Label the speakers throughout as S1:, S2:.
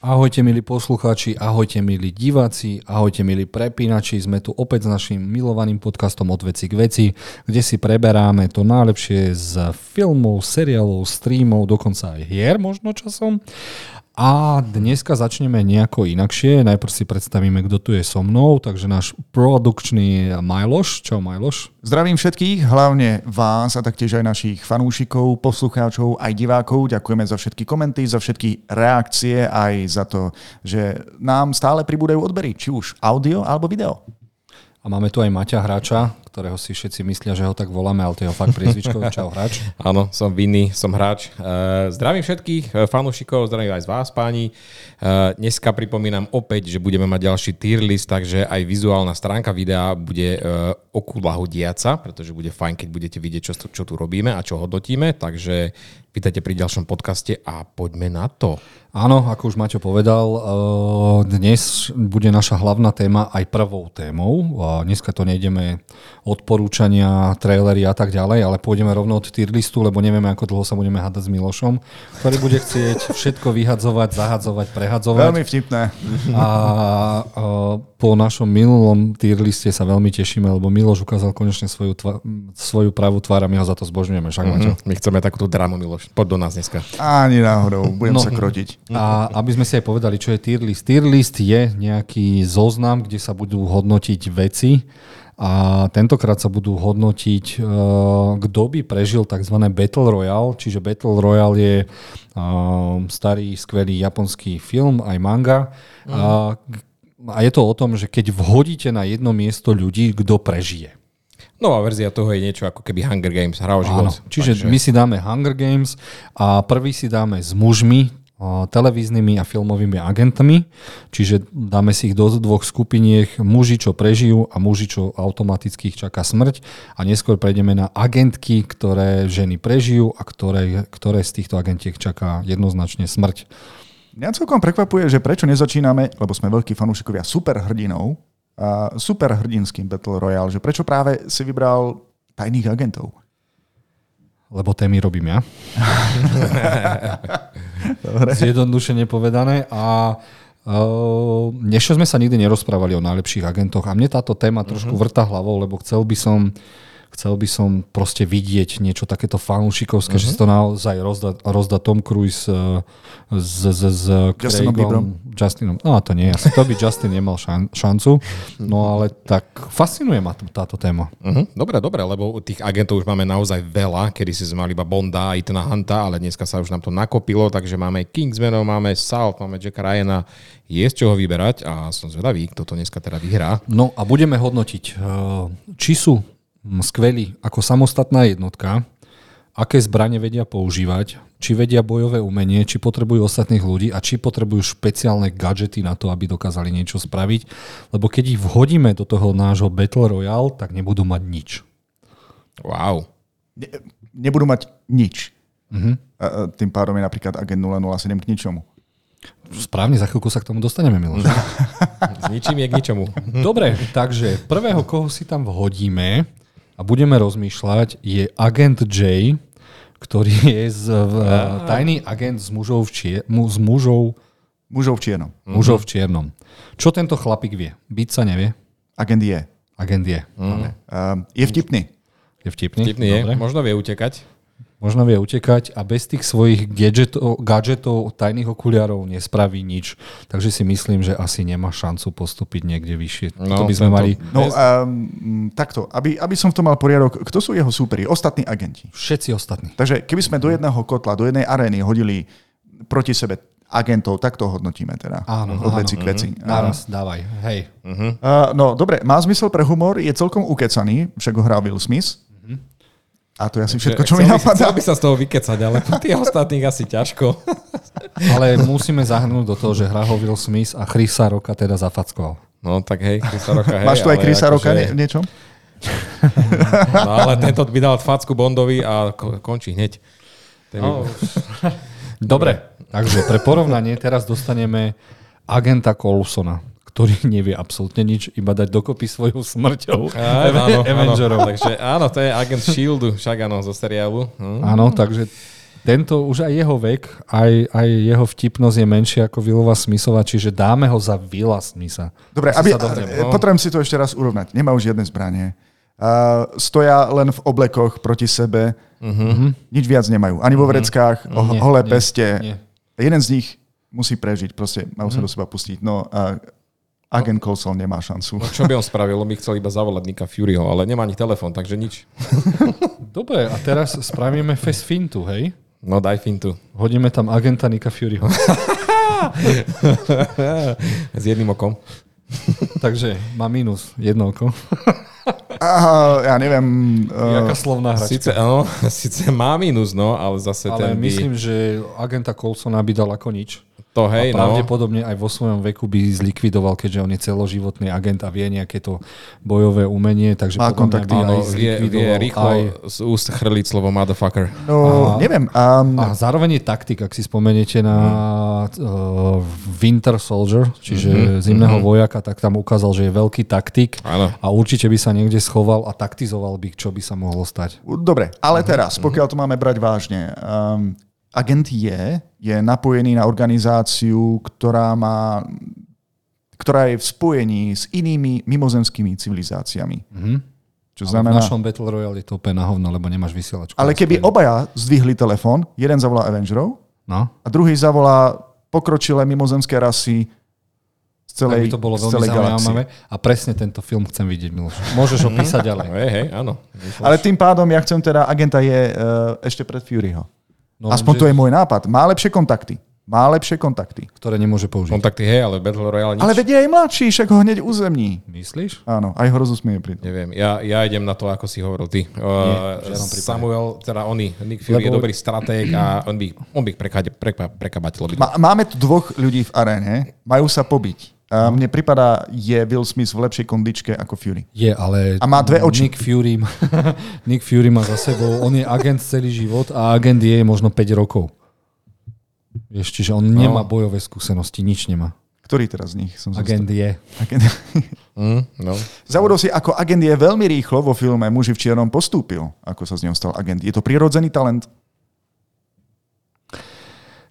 S1: Ahojte milí poslucháči, ahojte milí diváci, ahojte milí prepínači. Sme tu opäť s našim milovaným podcastom Od veci k veci, kde si preberáme to najlepšie z filmov, seriálov, streamov, dokonca aj hier možno časom. A dneska začneme nejako inakšie. Najprv si predstavíme, kto tu je so mnou. Takže náš produkčný Majloš. Čau Majloš.
S2: Zdravím všetkých, hlavne vás a taktiež aj našich fanúšikov, poslucháčov aj divákov. Ďakujeme za všetky komenty, za všetky reakcie, aj za to, že nám stále pribúdajú odbery, či už audio alebo video.
S1: A máme tu aj Maťa Hráča, ktorého si všetci myslia, že ho tak voláme, ale to je ho fakt priezvičko. Čau Hráč.
S3: Áno, som vinný, som hráč. Eh, Zdravím všetkých eh, fanúšikov, zdravím aj z vás, páni. Eh, Dneska pripomínam opäť, že budeme mať ďalší tier list, takže aj vizuálna stránka videa bude eh, okúdla hodiaca, pretože bude fajn, keď budete vidieť, čo, čo tu robíme a čo hodnotíme, takže vítajte pri ďalšom podcaste a poďme na to.
S1: Áno, ako už Maťo povedal, eh, dnes bude naša hlavná téma aj prvou témou. A Dneska to nejdeme odporúčania, trailery a tak ďalej, ale pôjdeme rovno od tier listu, lebo nevieme, ako dlho sa budeme hádať s Milošom, ktorý bude chcieť všetko vyhadzovať, zahadzovať, prehadzovať.
S2: Veľmi vtipné.
S1: A, a po našom minulom tier liste sa veľmi tešíme, lebo Miloš ukázal konečne svoju, tva- svoju pravú tvár a my ho za to zbožňujeme. Však, mm-hmm.
S3: My chceme takúto dramu, Miloš. Poď do nás dneska.
S2: Ani náhodou, budem
S1: No.
S2: sa krotiť.
S1: A aby sme si aj povedali, čo je tier list. Tier list je nejaký zoznam, kde sa budú hodnotiť veci a tentokrát sa budú hodnotiť, eh, kto by prežil tzv. Battle Royale. Čiže Battle Royale je eh, starý, skvelý japonský film, aj manga. A, a je to o tom, že keď vhodíte na jedno miesto ľudí, kto prežije.
S3: Nová verzia toho je niečo ako keby Hunger Games, hra o
S1: Áno,
S3: život.
S1: čiže my si dáme Hunger Games a prvý si dáme s mužmi, a televíznymi a filmovými agentmi, čiže dáme si ich do dvoch skupiniek, muži, čo prežijú a muži, čo automaticky ich čaká smrť a neskôr prejdeme na agentky, ktoré ženy prežijú a ktoré, ktoré z týchto agentiek čaká jednoznačne smrť.
S2: Mňa celkom prekvapuje, že prečo nezačíname, lebo sme veľkí fanúšikovia superhrdinov, a superhrdinským Battle Royale, že prečo práve si vybral tajných agentov?
S1: Lebo témy robím ja. Zjednodušene povedané. A uh, ešte sme sa nikdy nerozprávali o najlepších agentoch a mne táto téma trošku vrta hlavou, lebo chcel by som chcel by som proste vidieť niečo takéto fanúšikovské, že si to naozaj rozdá, rozdá Tom Cruise uh, s, s, s
S2: Justinom Bieberom.
S1: Craigom, Justinom. No a to nie, asi to by Justin nemal šan, šancu. No ale tak fascinuje ma t- táto téma.
S3: Mhm, Dobre, dobre, lebo tých agentov už máme naozaj veľa, kedy si sme mali iba Bonda a Itana Hanta, ale dneska sa už nám to nakopilo, takže máme Kingsmanov, máme Salt, máme Jacka Ryana, je z čoho vyberať a som zvedavý, kto to dneska teda vyhrá.
S1: No a budeme hodnotiť, eh, či sú mm, skvelí ako samostatná jednotka, aké zbranie vedia používať, či vedia bojové umenie, či potrebujú ostatných ľudí a či potrebujú špeciálne gadžety na to, aby dokázali niečo spraviť. Lebo keď ich vhodíme do toho nášho Battle Royale, tak nebudú mať nič.
S3: Wow.
S2: Ne, nebudú mať nič. Uh-huh. A, a tým pádom je napríklad agent 007 k ničomu.
S1: Správne, za chvíľku sa k tomu dostaneme, Miloš.
S3: Mhm. S ničím je k ničomu.
S1: Dobre, takže prvého, koho si tam vhodíme a budeme rozmýšľať, je agent J, ktorý je z, v, tajný agent s mužov v, čie, mu, s mužov,
S2: Mužov v čiernom.
S3: Mhm.
S1: mužov v čiernom. Čo tento chlapík vie? Byť sa nevie?
S2: Agent je.
S1: Agent je.
S2: Mm. je vtipný.
S1: Je vtipný?
S3: Tipný Mhm. je, možno vie utekať.
S1: Možno vie utekať a bez tých svojich gadgetov, gadgetov tajných okuliarov nespraví nič. Takže si myslím, že asi nemá šancu postúpiť niekde vyššie. No,
S3: No,
S1: to by sme
S3: tento-
S1: mali
S2: No, um, takto, aby, aby som v tom mal poriadok, kto sú jeho súperi? Ostatní agenti.
S1: všetci ostatní.
S2: Takže keby sme
S1: Mhm.
S2: do jedného kotla, do jednej arény hodili proti sebe agentov, tak to hodnotíme teda.
S1: Áno,
S2: Od
S1: áno. Mhm.
S2: veci k veci. Áno.
S1: Naraz, dávaj, hej.
S2: Uh, no, dobre, má zmysel pre humor, je celkom ukecaný, však ho hrá Will Smith.
S1: Mhm.
S2: A to je asi všetko, čo mi
S3: Chcel by- Chcel
S2: napadá.
S3: by sa z toho vykecať, ale tých ostatných asi ťažko.
S1: Ale musíme zahrnúť do toho, že hrá ho Will Smith a Chrisa Roka teda zafackoval.
S3: No tak hej, Krisa Roka, hej.
S2: Máš tu aj
S3: ale
S2: Krisa Roka
S3: akože-
S2: nie- v niečom?
S3: No ale tento by dal facku Bondovi a ko- končí hneď. Ten oh.
S1: Dobre, takže pre porovnanie teraz dostaneme agenta Colsona, ktorý nevie absolútne nič, iba dať dokopy svojou smrťou
S3: Áno, áno,
S1: Avengerov. Mm.
S3: Áno, takže áno, to je agent Shieldu, však áno, zo seriálu. Hm.
S1: Áno, takže tento, už aj jeho vek, aj, aj jeho vtipnosť je menšia ako Vilova Smysova, čiže dáme ho za Vila Smisa.
S2: Dobre,
S1: Asi
S2: aby,
S1: sa no. dohodneme.
S2: a- potrebujem si to ešte raz urovnať. Nemá už žiadne zbranie. Uh, stoja len v oblekoch proti sebe. Uh-huh. Nič viac nemajú. Ani vo vreckách, uh-huh.
S1: Mhm. Nie,
S2: holé
S1: nie,
S2: peste.
S1: nie. Mhm.
S2: Jeden z nich musí prežiť, proste majú sa do seba pustiť. No, uh, agent Coulson nemá šancu.
S3: No čo by on spravil? On by chcel iba zavolať Nika Furyho, ale nemá ani telefón, takže nič.
S1: Dobre, a teraz spravíme fest fintu, hej?
S3: No daj fintu.
S1: Hodíme tam agenta Nika Furyho.
S3: S jedným okom.
S1: Takže má minus jedno oko.
S2: Aha, ja neviem.
S1: Jaká
S2: Uh,
S1: slovná hra.
S3: Sice, áno, síce má mínus, no, ale zase ten
S1: Ale
S3: by...
S1: myslím, že agenta Colsona by dal ako nič.
S3: to
S1: Hej,
S3: hej, no.
S1: Pravdepodobne aj vo svojom veku by zlikvidoval, keďže on je celoživotný agent a vie nejaké to bojové umenie, takže podľa
S2: Má
S1: mňa by
S2: kontakty.
S1: aj
S3: Áno, vie, vie
S1: zlikvidoval
S3: rýchlo
S1: aj...
S3: z úst chrliť slovo motherfucker.
S2: no, neviem. Um,
S1: No A zároveň je taktik, ak si spomeniete na
S2: Mhm.
S1: uh, Winter Soldier, čiže
S2: Mhm.
S1: mm-hmm. zimného mm-hmm. vojaka, tak tam ukázal, že je veľký taktik
S3: Áno.
S1: a určite by sa niekde schoval a taktizoval by, čo by sa mohlo stať. Mhm,
S2: Dobre, ale teraz, pokiaľ to máme brať vážne. Um, agent je, je napojený na organizáciu, ktorá má ktorá je v spojení s inými mimozemskými civilizáciami. Mm-hmm.
S1: Znamená... Mhm. V
S2: Čo znamená...
S1: našom Battle Royale je to úplne na hovno, lebo nemáš vysielačku.
S2: Ale keby obaja zdvihli telefón, jeden zavolá Avengerov
S1: No,
S2: a druhý zavolá pokročilé mimozemské rasy z
S1: tak
S2: celej,
S1: by to bolo
S2: z
S1: veľmi
S2: celej galaxie.
S1: zaujímavé. A presne tento film chcem vidieť, Miloš. Môžeš ho písať ďalej.
S3: Hej, hej, áno.
S2: Ale tým pádom ja chcem teda, agenta je uh, ešte pred Furyho.
S1: No,
S2: Aspoň
S1: lenže-
S2: to je môj nápad. Má lepšie kontakty. Má lepšie kontakty.
S1: Ktoré nemôže použiť.
S3: Kontakty, hej, ale Battle Royale nič.
S2: Ale vedia aj mladší, však ho hneď uzemní.
S1: Myslíš?
S2: Áno, aj ho rozosmieje pri tom.
S3: Neviem, ja, ja idem na to, ako si hovoril ty. Uh,
S1: v žiadnom prípade.
S3: Samuel, teda oni, Nick Fury je
S1: Lebo-
S3: dobrý stratég a on by, on by ich prekáde- preka- prekabatil. by to.
S2: Ma- Máme tu dvoch ľudí v aréne, majú sa pobiť. A mne pripadá, je Will Smith v lepšej kondičke ako Fury.
S1: Je, ale...
S2: A má dve oči.
S1: Nick Fury, má- Nick Fury má za sebou, on je agent celý život a agent je možno 5 rokov. Vieš, čiže
S2: No.
S1: on nemá bojové skúsenosti, nič nemá.
S2: Ktorý teraz z nich som
S1: Agent je.
S2: zostal? Agent.
S3: Mm, no.
S2: Zavodol si, ako agent je veľmi rýchlo vo filme Muži v čiernom postúpil, ako sa z neho stal agent. Je to prirodzený talent.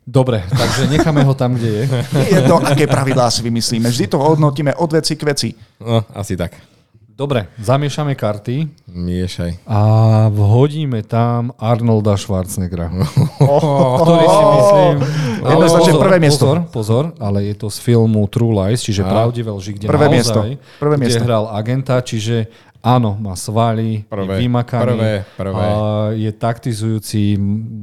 S1: Dobre, takže necháme ho tam, kde je.
S2: Je to, aké pravidlá si vymyslíme. Vždy to hodnotíme od veci k veci.
S3: no, asi tak.
S1: Dobre, zamiešame karty
S3: Miešaj.
S1: a vhodíme tam Arnolda Schwarzeneggera.
S2: Ktorý
S1: si myslím...
S2: Jednoznačne prvé miesto.
S1: Pozor, pozor, ale je to z filmu True Lies, čiže pravdivé lži, kde
S2: Prvé
S1: naozaj,
S2: miesto, prvé
S1: kde
S2: miesto.
S1: hral agenta, čiže áno, má svaly,
S3: Prvé,
S1: je vymakaný,
S3: prvé, prvé.
S1: A je taktizujúci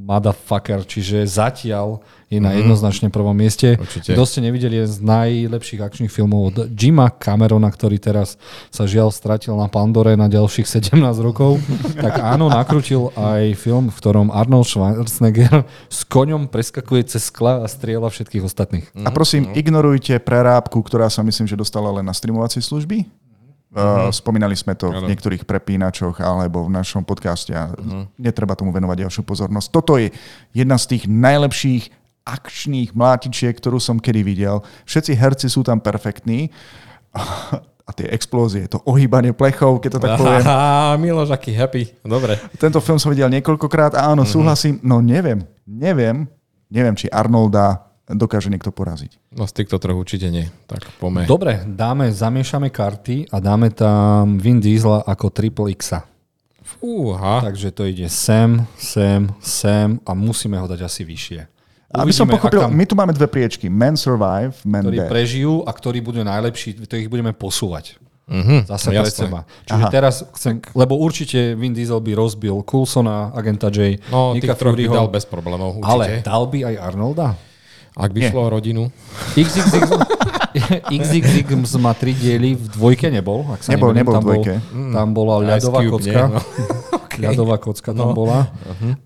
S1: motherfucker, čiže zatiaľ je na jednoznačne prvom mieste.
S3: Určite.
S1: Kto ste nevideli, je z najlepších akčných filmov od Jima Camerona, ktorý teraz sa žiaľ stratil na Pandore na ďalších 17 rokov. tak áno, nakrutil aj film, v ktorom Arnold Schwarzenegger s koňom preskakuje cez skla a strieľa všetkých ostatných.
S2: A prosím, ignorujte prerábku, ktorá sa myslím, že dostala len na streamovacie služby. Uh, spomínali sme to v niektorých prepínačoch alebo v našom podcaste a netreba tomu venovať ďalšiu pozornosť. Toto je jedna z tých najlepších akčných mlátičiek, ktorú som kedy videl. Všetci herci sú tam perfektní a tie explózie, to ohýbanie plechov, keď to tak poviem.
S3: Aha, Miloš, aký happy. Dobre.
S2: Tento film som videl niekoľkokrát a áno, súhlasím, no neviem, neviem, neviem, či Arnolda dokáže niekto poraziť.
S3: No z týchto troch určite nie. Tak pome.
S1: Dobre, dáme, zamiešame karty a dáme tam Vin Diesela ako Triple X.
S3: Fúha.
S1: Takže to ide sem, sem, sem a musíme ho dať asi vyššie.
S2: Aby som
S1: Uvidíme,
S2: pochopil,
S1: ak tam-
S2: my tu máme dve priečky. Men survive, men
S1: ktorí
S2: dead.
S1: prežijú a ktorí budú najlepší, to ich budeme posúvať. Mm-hmm, Zase
S3: Mhm, jasné.
S1: pred seba. Čiže Aha. teraz chcem, lebo určite Vin Diesel by rozbil Coulsona, agenta J,
S3: No, tých
S1: Nika
S3: troch by
S1: Furyho,
S3: dal bez problémov,
S1: ale
S3: určite. Ale...
S1: dal by aj Arnolda?
S3: Ak
S2: Nie.
S3: by šlo o rodinu.
S1: XXX, XXX má tri diely, v dvojke nebol. Ak sa
S2: Nebol,
S1: nemýlim,
S2: nebol
S1: tam
S2: v dvojke.
S1: Bol, tam bola
S3: Mm. Ice
S1: ľadová
S3: Cube,
S1: kocka.
S3: nie? No. Uh-huh.
S1: Ľadová kocka tam bola.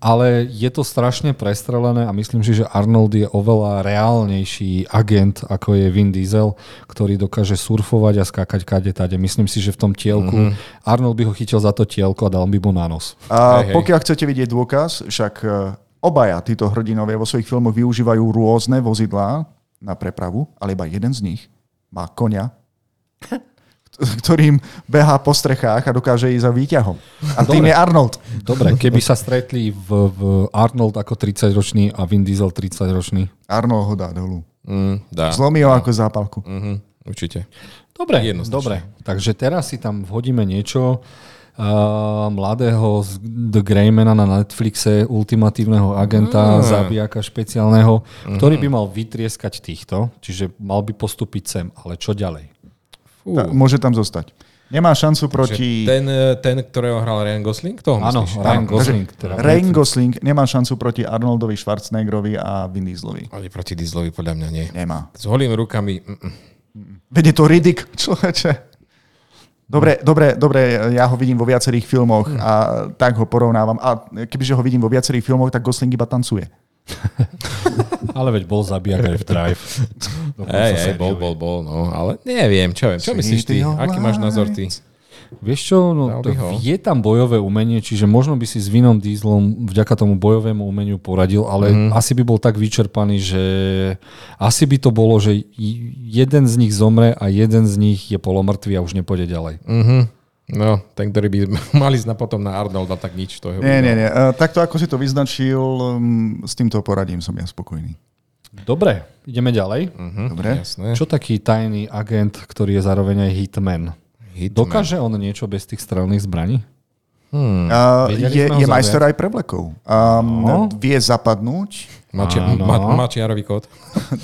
S1: Ale je to strašne prestrelené a myslím si, že Arnold je oveľa reálnejší agent, ako je Vin Diesel, ktorý dokáže surfovať a skákať kade tade. Myslím si, že v tom tielku
S3: Uh-huh.
S1: Arnold by ho chytil za to tielko a dal by mu na nos.
S2: A
S3: Hej, hej.
S2: pokiaľ chcete vidieť dôkaz, však eh, obaja títo hrdinovia vo svojich filmoch využívajú rôzne vozidlá na prepravu, ale iba jeden z nich má konia, ktorým behá po strechách a dokáže ísť za výťahom. A tým je Arnold.
S1: Dobre, keby sa stretli v, v Arnold ako 30-ročný a Vin Diesel 30-ročný.
S2: Arnold ho dá dolu.
S3: Mm, dá.
S2: Zlomí ho ako zápalku.
S3: Mhm, určite.
S1: Dobre,
S3: Jednoznačne.
S1: dobre. Takže teraz si tam vhodíme niečo uh, mladého z The Greymana na Netflixe, ultimatívneho agenta, mm. zabijaka špeciálneho, ktorý
S3: Mm-hmm.
S1: by mal vytrieskať týchto, čiže mal by postúpiť sem. Ale čo ďalej?
S3: Fú.
S2: Tá, môže tam zostať. Nemá šancu proti...
S3: Že ten, e, ten, ktorého hral Ryan Gosling? Toho
S1: Áno,
S3: myslíš?
S1: Ryan Gosling. Teda
S2: Ryan Gosling nemá šancu proti Arnoldovi Schwarzeneggerovi a Vin Dieselovi.
S3: Ani proti Dieselovi podľa mňa nie.
S2: Nemá.
S3: S holými rukami. mm, Mm-mm.
S2: Veď je to Riddick, človeče. Dobre, dobre, dobre, ja ho vidím vo viacerých filmoch a tak ho porovnávam. A kebyže ho vidím vo viacerých filmoch, tak Gosling iba tancuje.
S1: Ale veď bol zabijak aj v Drive. Dokonca
S3: Hej, hej,
S1: sériový.
S3: bol, bol, bol, no, ale neviem, čo viem. Čo
S2: See
S3: myslíš ty?
S2: the lights.
S3: Aký máš názor ty?
S1: Vieš čo, no,
S3: Dal by
S1: to-
S3: ho.
S1: je tam bojové umenie, čiže možno by si s Vinom Dieslom vďaka tomu bojovému umeniu poradil, ale
S3: Mhm.
S1: mm. asi by bol tak vyčerpaný, že asi by to bolo, že i- jeden z nich zomre a jeden z nich je polomrtvý a už nepôjde ďalej.
S3: Mhm. No, ten, ktorý by mal ísť na potom na Arnolda, tak nič. To je
S2: Nie, nie, nie. E, Takto, ako si to vyznačil, um, s týmto poradím som ja spokojný.
S1: Dobre, ideme ďalej. Mm.
S3: Mhm,
S2: Dobre.
S3: Jasné.
S1: Čo taký tajný agent, ktorý je zároveň aj hitman?
S3: Hitman.
S1: Dokáže on niečo bez tých strelných zbraní?
S3: Hmm.
S2: Uh,
S1: Vedeli Hm. sme ho
S2: je je
S1: zaviať.
S2: majster aj prevlekov. Um, no. Vie zapadnúť.
S3: Má, či,
S1: Áno.
S3: má, má čiarový kód.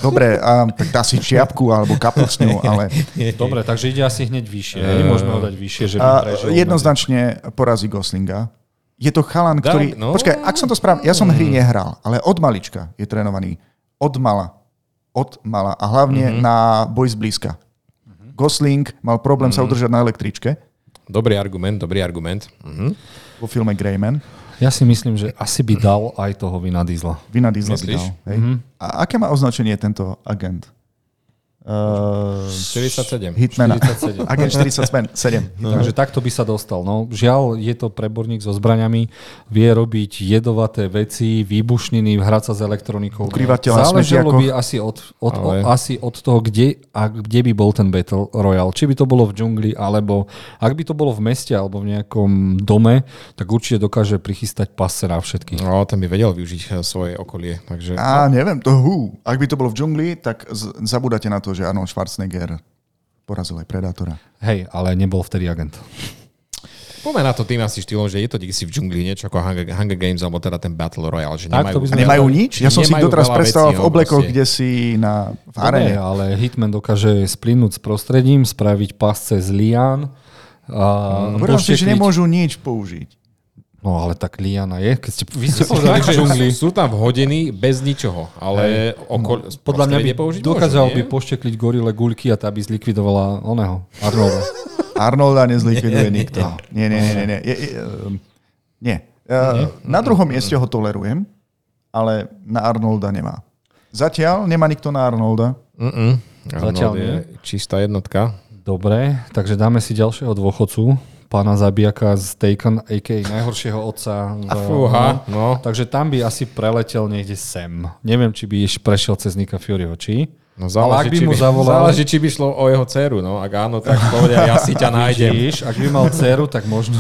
S2: Dobre, um, tak dá si čiapku alebo kapusňu, ale
S1: Dobre, takže ide asi hneď vyššie.
S3: Ehm.
S1: hej? Môžeme ho dať vyššie, že by
S2: a,
S1: prežil.
S2: jednoznačne porazí Goslinga. Je to chalan,
S3: Dá-
S2: ktorý...
S3: no. Mm.
S2: Počkaj, ak som to správne... Ja som hry nehral, ale od malička je trénovaný. Od mala. Od mala. A hlavne mm-hmm.
S3: Mhm.
S2: na boj zblízka. Gosling mal problém mm-hmm. sa
S3: Mhm.
S2: udržať na električke
S3: Dobrý argument, dobrý argument. Mhm.
S2: vo filme Greyman.
S1: Ja si myslím, že asi by dal aj toho Vina Diesla.
S2: Vina Diesel by
S3: Myslíš? Mhm.
S2: dal. Hej? Mm-hmm. A aké má označenie tento agent? Uh,
S3: 47.
S2: Hitmana.
S1: 47.
S2: agent 47. No,
S3: No,
S1: Takže takto by sa dostal. No, žiaľ, je to preborník so zbraňami, vie robiť jedovaté veci, výbušniny, hrať sa s elektronikou.
S2: Ukrývateľ na
S1: Záležalo
S2: smetiakoch.
S1: by asi od, od,
S3: Ale-
S1: Ale... asi od toho, kde, a kde by bol ten Battle Royale. Či by to bolo v džungli, alebo ak by to bolo v meste alebo v nejakom dome, tak určite dokáže prichystať pasce na všetkých.
S3: No, ten by vedel využiť e, svoje okolie, takže...
S2: Á, neviem, to hú. Ak by to bolo v džungli, tak z- zabudáte na to, že Arnold Schwarzenegger porazil aj Predátora.
S1: Hej, ale nebol vtedy agent.
S3: Poďme na to tým asi štýlom, že je to niekde si v džungli niečo ako Hunger, Hunger Games alebo teda ten Battle Royale, že
S1: Tak,
S3: nemajú...
S1: to by
S2: A
S1: sme-
S2: nemajú nič? Ja som si ich
S3: Nemajú
S2: doteraz
S3: veľa
S2: predstavoval
S3: vecí,
S2: v
S3: no,
S2: oblekoch,
S3: proste.
S2: kde si na, v arene.
S1: Nie, ale Hitman dokáže splínuť s prostredím, spraviť pasce z lián. A
S2: Hovoril si, že
S1: poštekliť-
S2: nemôžu nič použiť.
S1: No ale tak liana je, keď ste, vy ste povedali, že
S3: džungli. Sú tam vhodení bez ničoho, ale okol...
S1: podľa mňa by
S3: použiť
S1: dokázal
S3: môžu,
S1: by
S3: nie?
S1: poštekliť gorile guľky a tá by zlikvidovala oného, Arnolda.
S2: Arnolda nezlikviduje nikto. Nie, nie, nie. nie, nie. Je, je, ehm, nie. Eh, Na druhom mieste ho tolerujem, ale na Arnolda nemá. Zatiaľ nemá nikto na Arnolda.
S3: Mm-mm.
S1: Zatiaľ
S3: Zatiaľ je čistá jednotka.
S1: Dobre, takže dáme si ďalšieho dôchodcu, pána zabijaka z Taken, a.k.a. najhoršieho otca. V,
S3: Fúha, no.
S1: Takže tam by asi preletel niekde sem. Neviem, či by iš- prešiel cez Nika Furyho, či?
S3: No záleží,
S1: ale ak by
S3: či
S1: mu zavolal...
S3: záleží, či by šlo o jeho dceru, no. Ak áno, tak povedia, ja si ťa nájdem.
S1: Vidíš, ak by mal dceru, tak možno,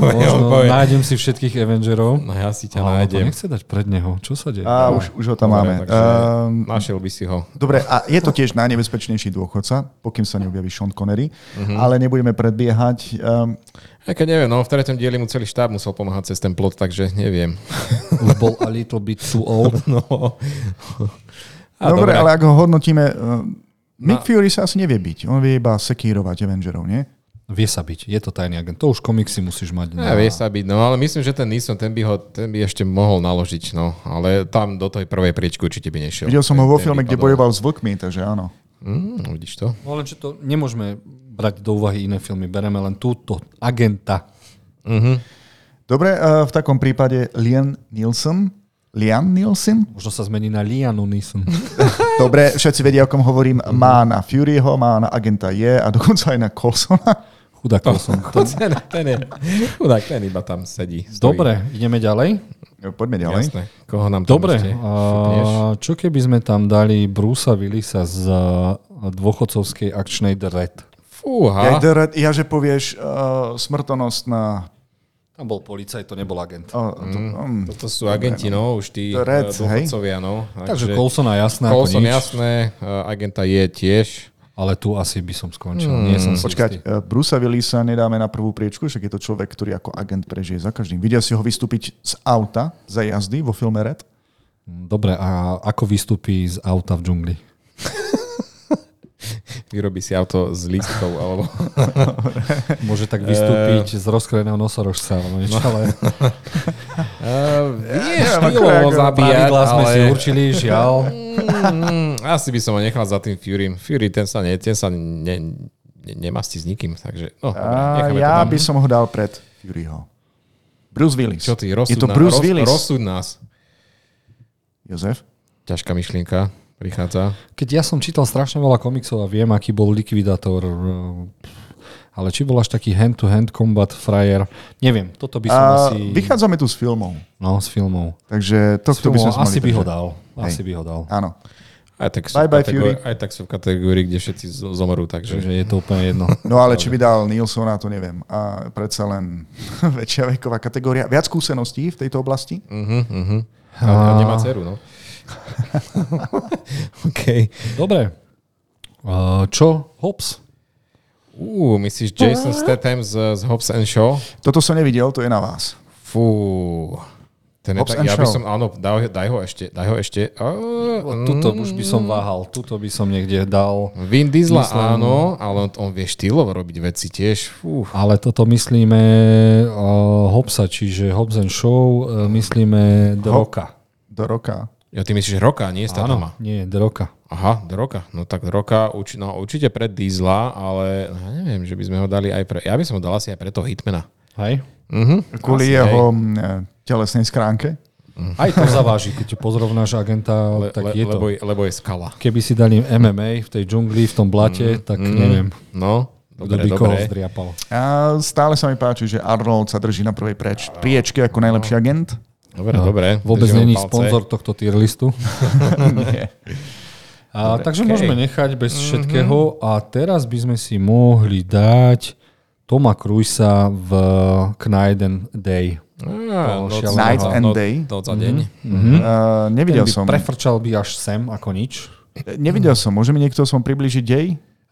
S3: povie.
S1: možno nájdem si všetkých Avengerov.
S3: No ja si ťa
S1: Ale on to
S3: nájdem. No,
S1: nechce dať pred neho. Čo sa deje?
S2: A už, už ho tam máme.
S3: takže
S2: Ehm,
S3: Našiel by si ho.
S2: Dobre, a je to tiež najnebezpečnejší dôchodca, pokým sa neobjaví Sean Connery, ale nebudeme predbiehať. Um,
S3: Aj keď neviem, no v treťom dieli mu celý štáb musel pomáhať cez ten plot, takže neviem.
S1: Už bol a little bit too old.
S3: No. A
S2: dobre,
S3: dobre,
S2: ale ak ho hodnotíme, um, Nick Fury sa asi nevie byť, on vie iba sekírovať Avengerov, nie?
S1: Vie sa byť, je to tajný agent. To už komiksy musíš mať.
S3: Ja, vie sa byť, no ale myslím, že ten Nissan, ten by ho ten by ešte mohol naložiť, no. Ale tam do tej prvej priečky určite by nešiel.
S2: Videl som ho
S3: Ten-
S2: vo
S3: ten
S2: filme, kde
S3: vypadol.
S2: bojoval s vlkmi, takže áno.
S3: Mm, vidíš to?
S1: No len, že to nemôžeme brať do úvahy iné filmy. Bereme len túto agenta.
S2: Dobre, eh, v takom prípade Lian Nielsen. Lian Nielsen?
S1: Možno sa zmení na Lianu Neeson.
S2: Dobre, všetci vedia, o kom hovorím. Má na Furyho, má na agenta Je a dokonca aj na Colsona.
S1: Chudák to som.
S3: To ten, ten je, chudák, ten iba tam sedí. stojí.
S1: Dobre, ideme ďalej.
S2: Poďme ďalej.
S3: Jasné. Koho nám tam
S1: Dobre,
S3: ešte šupneš?
S1: a čo keby sme tam dali Brusa Willisa z a, dôchodcovskej akčnej The Red?
S3: Fú,
S2: Ja,
S3: Fúha.
S2: dr- ja že povieš uh, smrtonosť na...
S1: Tam bol policaj, to nebol agent.
S2: Uh, to, um,
S3: Toto sú agenti, no, už tí
S2: To
S3: eh,
S2: Reds, hej?
S3: dôchodcovia, no.
S1: Takže Colsona jasné ako
S3: Colson
S1: nič,
S3: jasné, eh, agenta je tiež.
S1: ale tu asi by som skončil. Nie som
S3: Hmm.
S1: si istý.
S2: Počkať, eh, Brusa Willisa nedáme na prvú priečku, však je to človek, ktorý ako agent prežije za každým. Videl si ho vystúpiť z auta za jazdy vo filme Red?
S1: Dobre, a ako vystúpi z auta v džungli?
S3: Vyrobí si auto z lístkov, alebo...
S1: Môže tak
S2: Eh.
S1: vystúpiť z rozkrojeného nosorožca, alebo niečo,
S2: No.
S1: ale
S2: Eh,
S3: Uh, vieš,
S2: neviem, ako-
S3: štýlovo
S2: ako-
S3: zabíjať,
S1: pravidlá sme
S3: ale...
S1: si určili, žiaľ.
S3: Mm, asi by som ho nechal za tým Furym. Fury, ten sa, ne, ten sa ne, ne, nemastí s nikým, takže... No, dobre,
S2: A
S3: necháme to
S2: ja
S3: tam.
S2: by som ho dal pred Furyho. Bruce Willis.
S3: Čo ty, rozsud,
S2: je to
S3: na-
S2: Bruce
S3: roz,
S2: Willis.
S3: rozsud nás.
S2: Jozef?
S3: Ťažká myšlienka prichádza.
S1: Keď ja som čítal strašne veľa komiksov a viem, aký bol likvidátor, e, ale či bol až taký hand-to-hand combat frajer, neviem, toto by som
S2: A
S1: asi...
S2: vychádzame tu s filmov.
S1: No, s filmov.
S2: Takže
S1: S
S2: tohto by sme
S1: filmov
S2: si mali
S1: asi by ho
S2: držať.
S1: dal. Asi by ho dal.
S2: Áno.
S3: Aj tak, sú
S2: Bye,
S3: bye,
S2: bye,
S3: bye, kategóri- aj tak sú v kategórii, kde všetci z- zomrú, takže...
S1: Takže je to úplne jedno.
S2: No ale či by dal Nilsona, to neviem. A predsa len väčšia veková kategória. Viac skúseností v tejto oblasti?
S1: Mm. Mhm,
S3: Uh-huh, uh-huh. A, a nemá dceru, no. OK.
S1: Dobre. E, Čo? Hobbs?
S3: Uú, myslíš Jason Statham z, z Hobbs and Shaw?
S2: Toto som nevidel, to je na vás.
S3: Fú. Ten je
S2: Hobbs
S3: tak,
S2: and
S3: ja by
S2: Shaw.
S3: som, áno, daj, daj ho ešte, daj ho ešte. Uh,
S1: Tuto už by som váhal. Tuto by som niekde dal.
S3: Vin Diesel,
S1: no.
S3: áno, ale on, on vie štýlovo robiť veci tiež. Fú.
S1: Ale toto myslíme e, Hobbsa, čiže Hobbs and Show, e, myslíme The
S2: Ho-
S1: Rocka.
S2: Do roka.
S3: Ja ty myslíš roka, nie Statama.
S1: Áno, nie, The Rocka.
S3: Aha, do roka. No tak do roka urč- no, určite pre Diesla, ale ja neviem, že by sme ho dali aj pre... Ja by som ho dal asi aj pre toho Hitmana.
S1: Hej?
S3: Mhm.
S2: Kvôli
S3: Asi,
S2: jeho m, e, telesnej skránke.
S1: Mm. Aj to zaváži, keď pozrovnáš agenta,
S3: Le,
S1: tak
S3: le,
S1: je to.
S3: lebo, je- lebo je skala.
S1: Keby si dali MMA v tej džungli, v tom blate, tak neviem,
S3: No,
S1: kto
S3: Mm. dobre,
S1: by koho
S3: dobre.
S1: zdriapal.
S2: A stále sa mi páči, že Arnold sa drží na prvej preč, priečke ako najlepší agent.
S3: Dobre, dobre.
S1: Vôbec
S3: držíme
S1: není
S3: palce.
S1: sponzor tohto tier listu.
S2: Nie.
S1: A, takže
S3: okej.
S1: môžeme nechať bez všetkého. A teraz by sme si mohli dať Toma Cruisa v Knaiden Day.
S3: No, Á, noc-
S1: šialeného. Mhm.
S2: Night and
S3: noc-
S2: day.
S3: Noc a deň.
S2: Uh,
S1: Ten
S2: nevidel
S1: by
S2: som.
S1: prefrčal by až sem ako nič.
S2: Nevidel som. Môže mi niekto som približiť dej?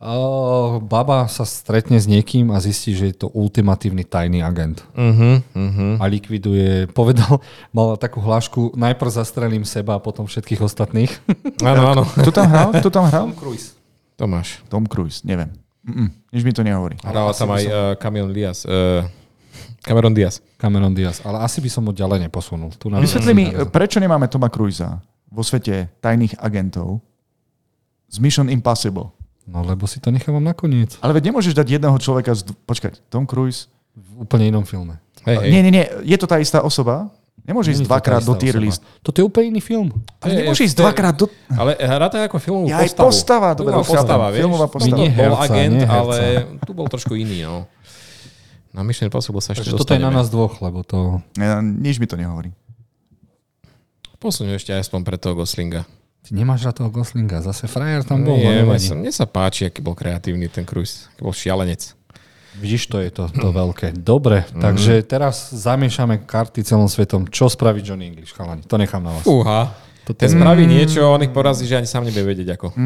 S1: Uh, baba sa stretne s niekým a zistí, že je to ultimatívny tajný agent.
S3: Mhm, mhm.
S1: a likviduje, povedal, mal takú hlášku, najprv zastrelím seba a potom všetkých ostatných.
S3: Áno, áno.
S2: Kto tam hral? Kto tam hral?
S1: Cruise.
S3: Tomáš.
S2: Tom Cruise. Neviem. Mm-mm. Nič mi to nehovorí.
S1: No,
S3: Hrala tam aj eh, Cameron Diaz. eh, Cameron Diaz.
S1: Cameron Diaz, ale asi by som ho ďalej neposunul. Tu na
S2: Vysvetli mi, e, prečo nemáme Toma Cruisa vo svete tajných agentov z Mission Impossible?
S1: No lebo si to nechávam nakoniec.
S2: Ale veď nemôžeš dať jedného človeka z... dv- Počkať, Tom Cruise.
S1: V úplne inom filme.
S3: Hej, hej.
S2: Nie, nie, nie. Je to tá istá osoba?
S1: Nie
S2: Nemôže ísť
S1: je to tá
S2: dvakrát
S1: istá
S2: do tier
S1: osoba.
S2: list.
S1: Toto je úplne iný film.
S3: To je-
S2: Ale nemôže ísť
S3: to je-
S2: dvakrát do...
S3: Ale hrá to ako filmovú
S2: Ja aj
S3: postavu.
S2: postava,
S3: Tu
S2: dobre,
S3: bola
S2: rozumiem.
S3: postava, vieš?
S2: Filmová postava.
S3: Tu
S1: Nie
S3: bol
S1: herca,
S3: agent,
S1: nie herca.
S3: ale tu bol trošku iný, no. Na Mission Impossible sa ešte
S1: Takže toto je na nás dvoch, lebo to...
S2: E, Nič mi to nehovorí.
S3: Posuňu ešte aj aspoň pre toho Goslinga.
S1: Ty nemáš na toho Goslinga, zase frajer tam bol.
S3: Nie,
S1: no
S3: mne,
S1: nevadí.
S3: sa, mne sa páči, aký bol kreatívny ten Cruise. Aký bol šialenec.
S1: Vidíš, to je to, to veľké. Dobre,
S2: Mhm.
S1: takže teraz zamiešame karty celým svetom. Čo spraví Johnny English, chalani? To nechám na vás.
S3: Fúha. Ten spraví niečo, on ich porazí, že ani sám nebude vedieť ako.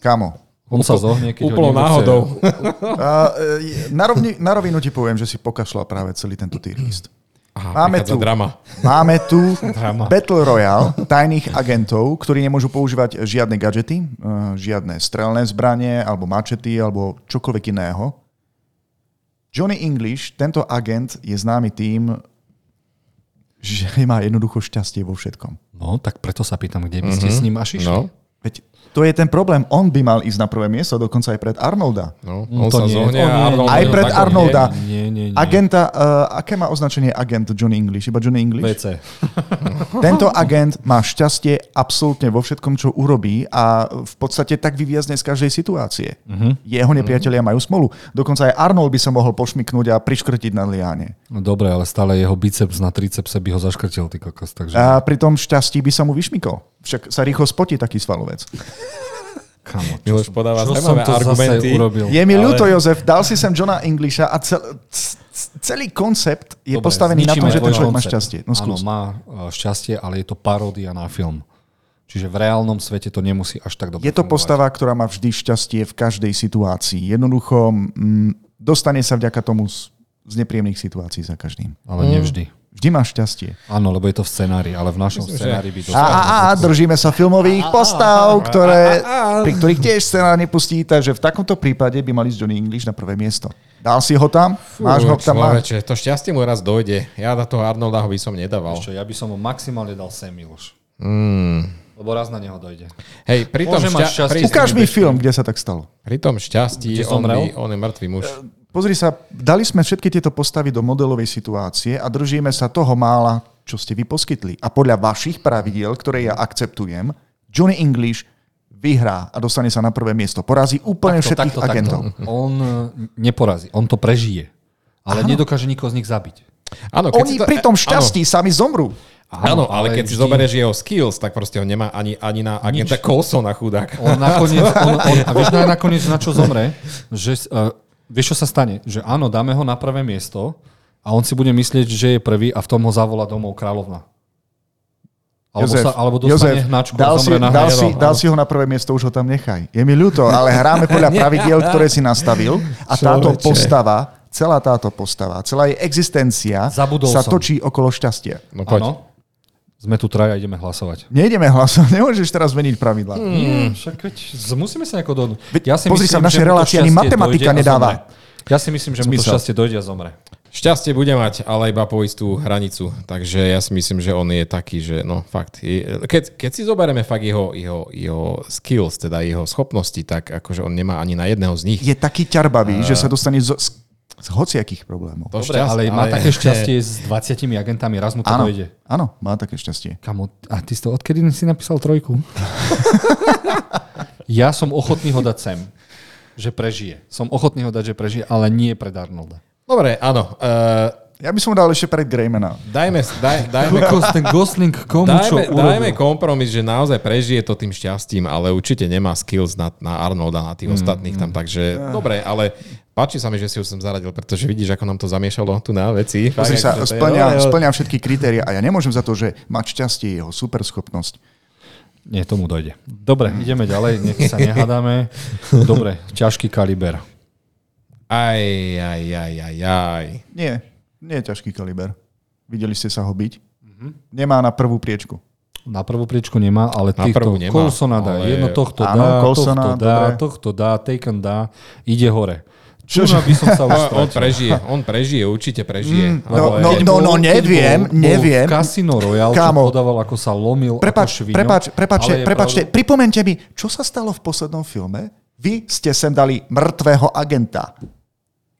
S2: Kamo.
S1: On sa zohne, Mm. keď ho
S3: Úplnou
S1: niekto chce-
S3: náhodou.
S2: A, e, na, rovni, na rovinu ti poviem, že si pokašľal práve celý tento tier list.
S3: Aha,
S2: Máme
S3: prichádza
S2: tu.
S3: drama.
S2: Máme tu
S1: Drama.
S2: Battle Royale tajných agentov, ktorí nemôžu používať žiadne gadžety, e, žiadne strelné zbranie, alebo mačety, alebo čokoľvek iného. Johnny English, tento agent, je známy tým, že má jednoducho šťastie vo všetkom.
S1: No, tak preto sa pýtam, kde by
S2: Mhm.
S1: ste s ním až išli.
S3: No,
S2: Veď to je ten problém. On by mal ísť na prvé miesto, dokonca aj pred Arnolda.
S3: no.
S1: No,
S3: On
S1: to
S3: sa
S1: nie,
S3: zohne
S1: to nie.
S3: a Arnold...
S2: Aj pred
S3: tak on
S2: Arnolda.
S1: Nie, nie, nie.
S2: Agenta, uh, aké má označenie agent Johnny English? Iba Johnny English?
S1: VC.
S2: Tento agent má šťastie absolútne vo všetkom, čo urobí a v podstate tak vyviazne z každej situácie.
S1: Mhm.
S2: Uh-huh. Jeho nepriatelia majú smolu. Dokonca aj Arnold by sa mohol pošmiknúť a priškrtiť na liáne.
S1: No dobre, ale stále jeho biceps na tricepse by ho zaškrtil, ty kokos. Takže...
S2: A pri tom šťastí by sa mu vyšmikol. Však sa rýchlo spotí taký svalovec.
S1: Kamo, čo,
S3: Miloš podáva
S1: čo som
S3: zaujímavé
S1: to zase
S3: argumenty.
S1: urobil?
S2: Je mi
S3: Ale-
S2: ľúto, Jozef, dal si sem Johna Englisha a cel, c- c- celý koncept je
S1: Dobre,
S2: postavený na tom,
S1: zničíme
S2: že ten
S1: tvoj
S2: človek má
S1: koncept.
S2: šťastie. No
S1: Áno,
S2: skús.
S1: má e, šťastie, ale je to paródia na film. Čiže v reálnom svete to nemusí až tak dobre
S2: Je to
S1: fungovať.
S2: postava, ktorá má vždy šťastie v každej situácii. Jednoducho mm, dostane sa vďaka tomu z, z nepríjemných situácií za každým.
S1: Ale nevždy.
S2: Vždy má šťastie.
S1: Áno, lebo je to v scenári, ale v našom
S3: Myslím, že-
S1: scenári by to...
S2: A, a, a držíme sa filmových postav, ktoré, pri ktorých tiež scenár nepustí, takže v takomto prípade by mali ísť Johnny English na prvé miesto. Dal si ho tam? Máš ho tam? Máš.
S3: Človeče, to šťastie mu raz dojde. Ja na toho Arnolda ho by som nedával.
S1: Čo, ja by som mu maximálne dal sem, Miloš.
S2: Hmm.
S3: Mm.
S1: Lebo raz na neho dojde.
S3: Hej, pri tom,
S1: Môže mať
S3: šťa-
S1: šťastie.
S3: pri,
S2: Ukáž mi film, kde sa tak stalo.
S3: pri tom šťastí
S1: Kde
S3: on,
S1: zomrel?
S3: by, on je mŕtvý muž.
S2: Eh, Pozri sa, dali sme všetky tieto postavy do modelovej situácie a držíme sa toho mála, čo ste vy poskytli. A podľa vašich pravidiel, ktoré ja akceptujem, Johnny English vyhrá a dostane sa na prvé miesto. Porazí úplne všetkých agentov.
S1: On e, neporazí, on to prežije. Ale nedokáže nikoho z nich zabiť. No,
S3: Áno,
S2: Oni
S3: si to-
S2: pri tom
S3: áno.
S2: šťastí sami zomrú.
S3: Áno, ale, keď si
S1: vždy-
S3: zoberieš jeho skills, tak proste ho nemá ani, ani na agenta Colsona chudáka.
S1: On nakoniec, on, on, a vieš na, nakoniec na čo zomre? Že, uh, vieš, čo sa stane? Že áno, dáme ho na prvé miesto a on si bude myslieť, že je prvý a v tom ho zavolá domov kráľovna. Alebo, sa, alebo dostane hnačku a
S2: dal, si,
S1: zomre na
S2: dal,
S1: hnedom.
S2: si, dal
S1: Áno.
S2: si ho na prvé miesto, už ho tam nechaj. Je mi ľúto, ale hráme podľa pravidiel, ktoré si nastavil a táto
S3: Človeče.
S2: postava, celá táto postava, celá jej existencia
S1: Zabudol
S2: sa
S1: som.
S2: točí okolo šťastia.
S3: No
S1: Áno.
S3: poď.
S1: Sme tu traja, ideme hlasovať.
S2: Nejdeme hlasovať, nemôžeš teraz meniť pravidla. Hmm.
S1: Mm, však veď z- musíme sa nejako dohodnúť.
S2: Veď
S1: Ja si
S2: pozri sa, v našej
S1: že mu to
S2: relácii ani
S1: šťastie dojde
S2: matematika
S1: a
S2: nedáva
S1: zomre. Ja si myslím, že mu to
S2: zmysel.
S1: šťastie dojde a zomre.
S3: Šťastie bude mať, ale iba po istú hranicu. Takže ja si myslím, že on je taký, že no fakt. je- Keď, keď si zoberieme fakt jeho, jeho, jeho skills, teda jeho schopnosti, tak akože on nemá ani na jedného z nich.
S2: Je taký ťarbavý, že sa dostane zo, z, z hociakých problémov.
S3: To
S1: Dobre, ale, má také šťastie s 20 agentami, raz mu to
S2: Áno,
S1: dojde.
S2: áno, má také šťastie.
S1: Kamo, a ty si to odkedy si napísal trojku? ja som ochotný ho dať sem, že prežije. Som ochotný ho dať, že prežije, ale nie pre Darnolda.
S3: Dobre, áno. Uh,
S2: Ja by som mu dal ešte pred Greymana.
S3: dajme, daj, dajme,
S1: Kokos, ten Gosling komu
S3: dajme,
S1: čo urobil?
S3: dajme kompromis, že naozaj prežije to tým šťastím, ale určite nemá skills na, na Arnolda, na tých ostatných tam, takže dobre, ale páči sa mi, že si ho sem zaradil, pretože vidíš, ako nám to zamiešalo tu na veci.
S2: Pozri
S3: Fakt,
S2: sa,
S3: akože to je-
S2: splňa,
S3: jo, jo.
S2: splňa všetky kritéria a ja nemôžem za to, že mať šťastie je jeho superschopnosť.
S1: Nie, tomu dojde. Dobre, ideme ďalej, nech sa nehádame. Dobre, ťažký kaliber.
S3: Aj, aj, aj, aj, aj.
S2: Nie, nie je ťažký kaliber. Videli ste sa ho byť?
S3: Mhm.
S2: Nemá na prvú priečku.
S1: Na prvú priečku nemá, ale
S3: Na
S1: týchto
S3: prvú nemá,
S1: Coulsona dá.
S3: ale-
S1: Jedno tohto
S2: Áno,
S1: dá,
S2: Coulsona,
S1: tohto dá,
S2: dobre.
S1: tohto dá, Taken dá, ide hore. Čože? by som sa už
S3: On, on
S1: stratil.
S3: prežije, on prežije, určite prežije. Mm,
S2: no, no, no, no,
S1: Keď
S2: neviem,
S1: bol,
S2: neviem.
S1: Bol v Casino Royale, Kámo. čo
S2: Kámo.
S1: podával, ako sa lomil,
S2: Prepač,
S1: ako švino.
S3: no.
S2: prepač, prepačte,
S1: Ale je
S2: prepačte,
S1: pravda-
S2: pripomente mi, čo sa stalo v poslednom filme? Vy ste sem dali mŕtvého agenta.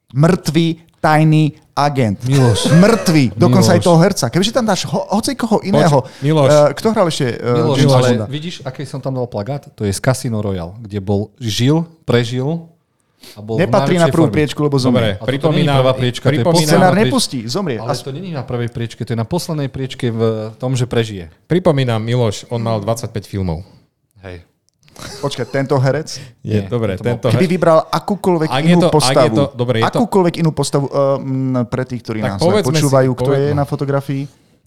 S2: Mŕtvý tajný agent.
S1: Miloš.
S2: Mŕtvy, dokonca aj
S1: Miloš.
S2: toho herca. Kebyže tam dáš ho, hoci koho iného.
S3: Miloš.
S2: Eh, kto hral ešte? eh,
S1: Miloš,
S2: Jamesa
S1: ale
S2: Bonda?
S1: vidíš, aký som tam dal plagát? To je z Casino Royale, kde bol, žil, prežil a bol v
S2: Nepatrí na
S1: najväčšej
S2: prvú
S1: forme.
S2: priečku, lebo
S3: Dobre,
S2: zomrie.
S1: toto
S3: pripomínam,
S1: nie je prvá priečka, to je
S3: pripomínam,
S1: posledná.
S2: Scenár
S1: priečka.
S2: nepustí, zomrie.
S1: Ale
S2: As-
S1: to není na prvej priečke, to je na poslednej priečke v tom, že prežije.
S3: pripomínam, Miloš, on mal 25 filmov.
S1: Hej.
S2: Počkaj, tento herec?
S3: Je,
S1: Nie,
S3: dobre,
S1: to
S3: tento...
S2: Keby vybral akúkoľvek
S3: Ak je
S2: inú
S3: to- ak je
S2: postavu.
S3: to- dobre, je to-
S2: akúkoľvek inú postavu ehm, pre tých, ktorí
S3: Tak
S2: nás len
S3: povedzme si-
S2: počúvajú, kto
S3: poved-
S2: je
S3: no.
S2: na fotografii.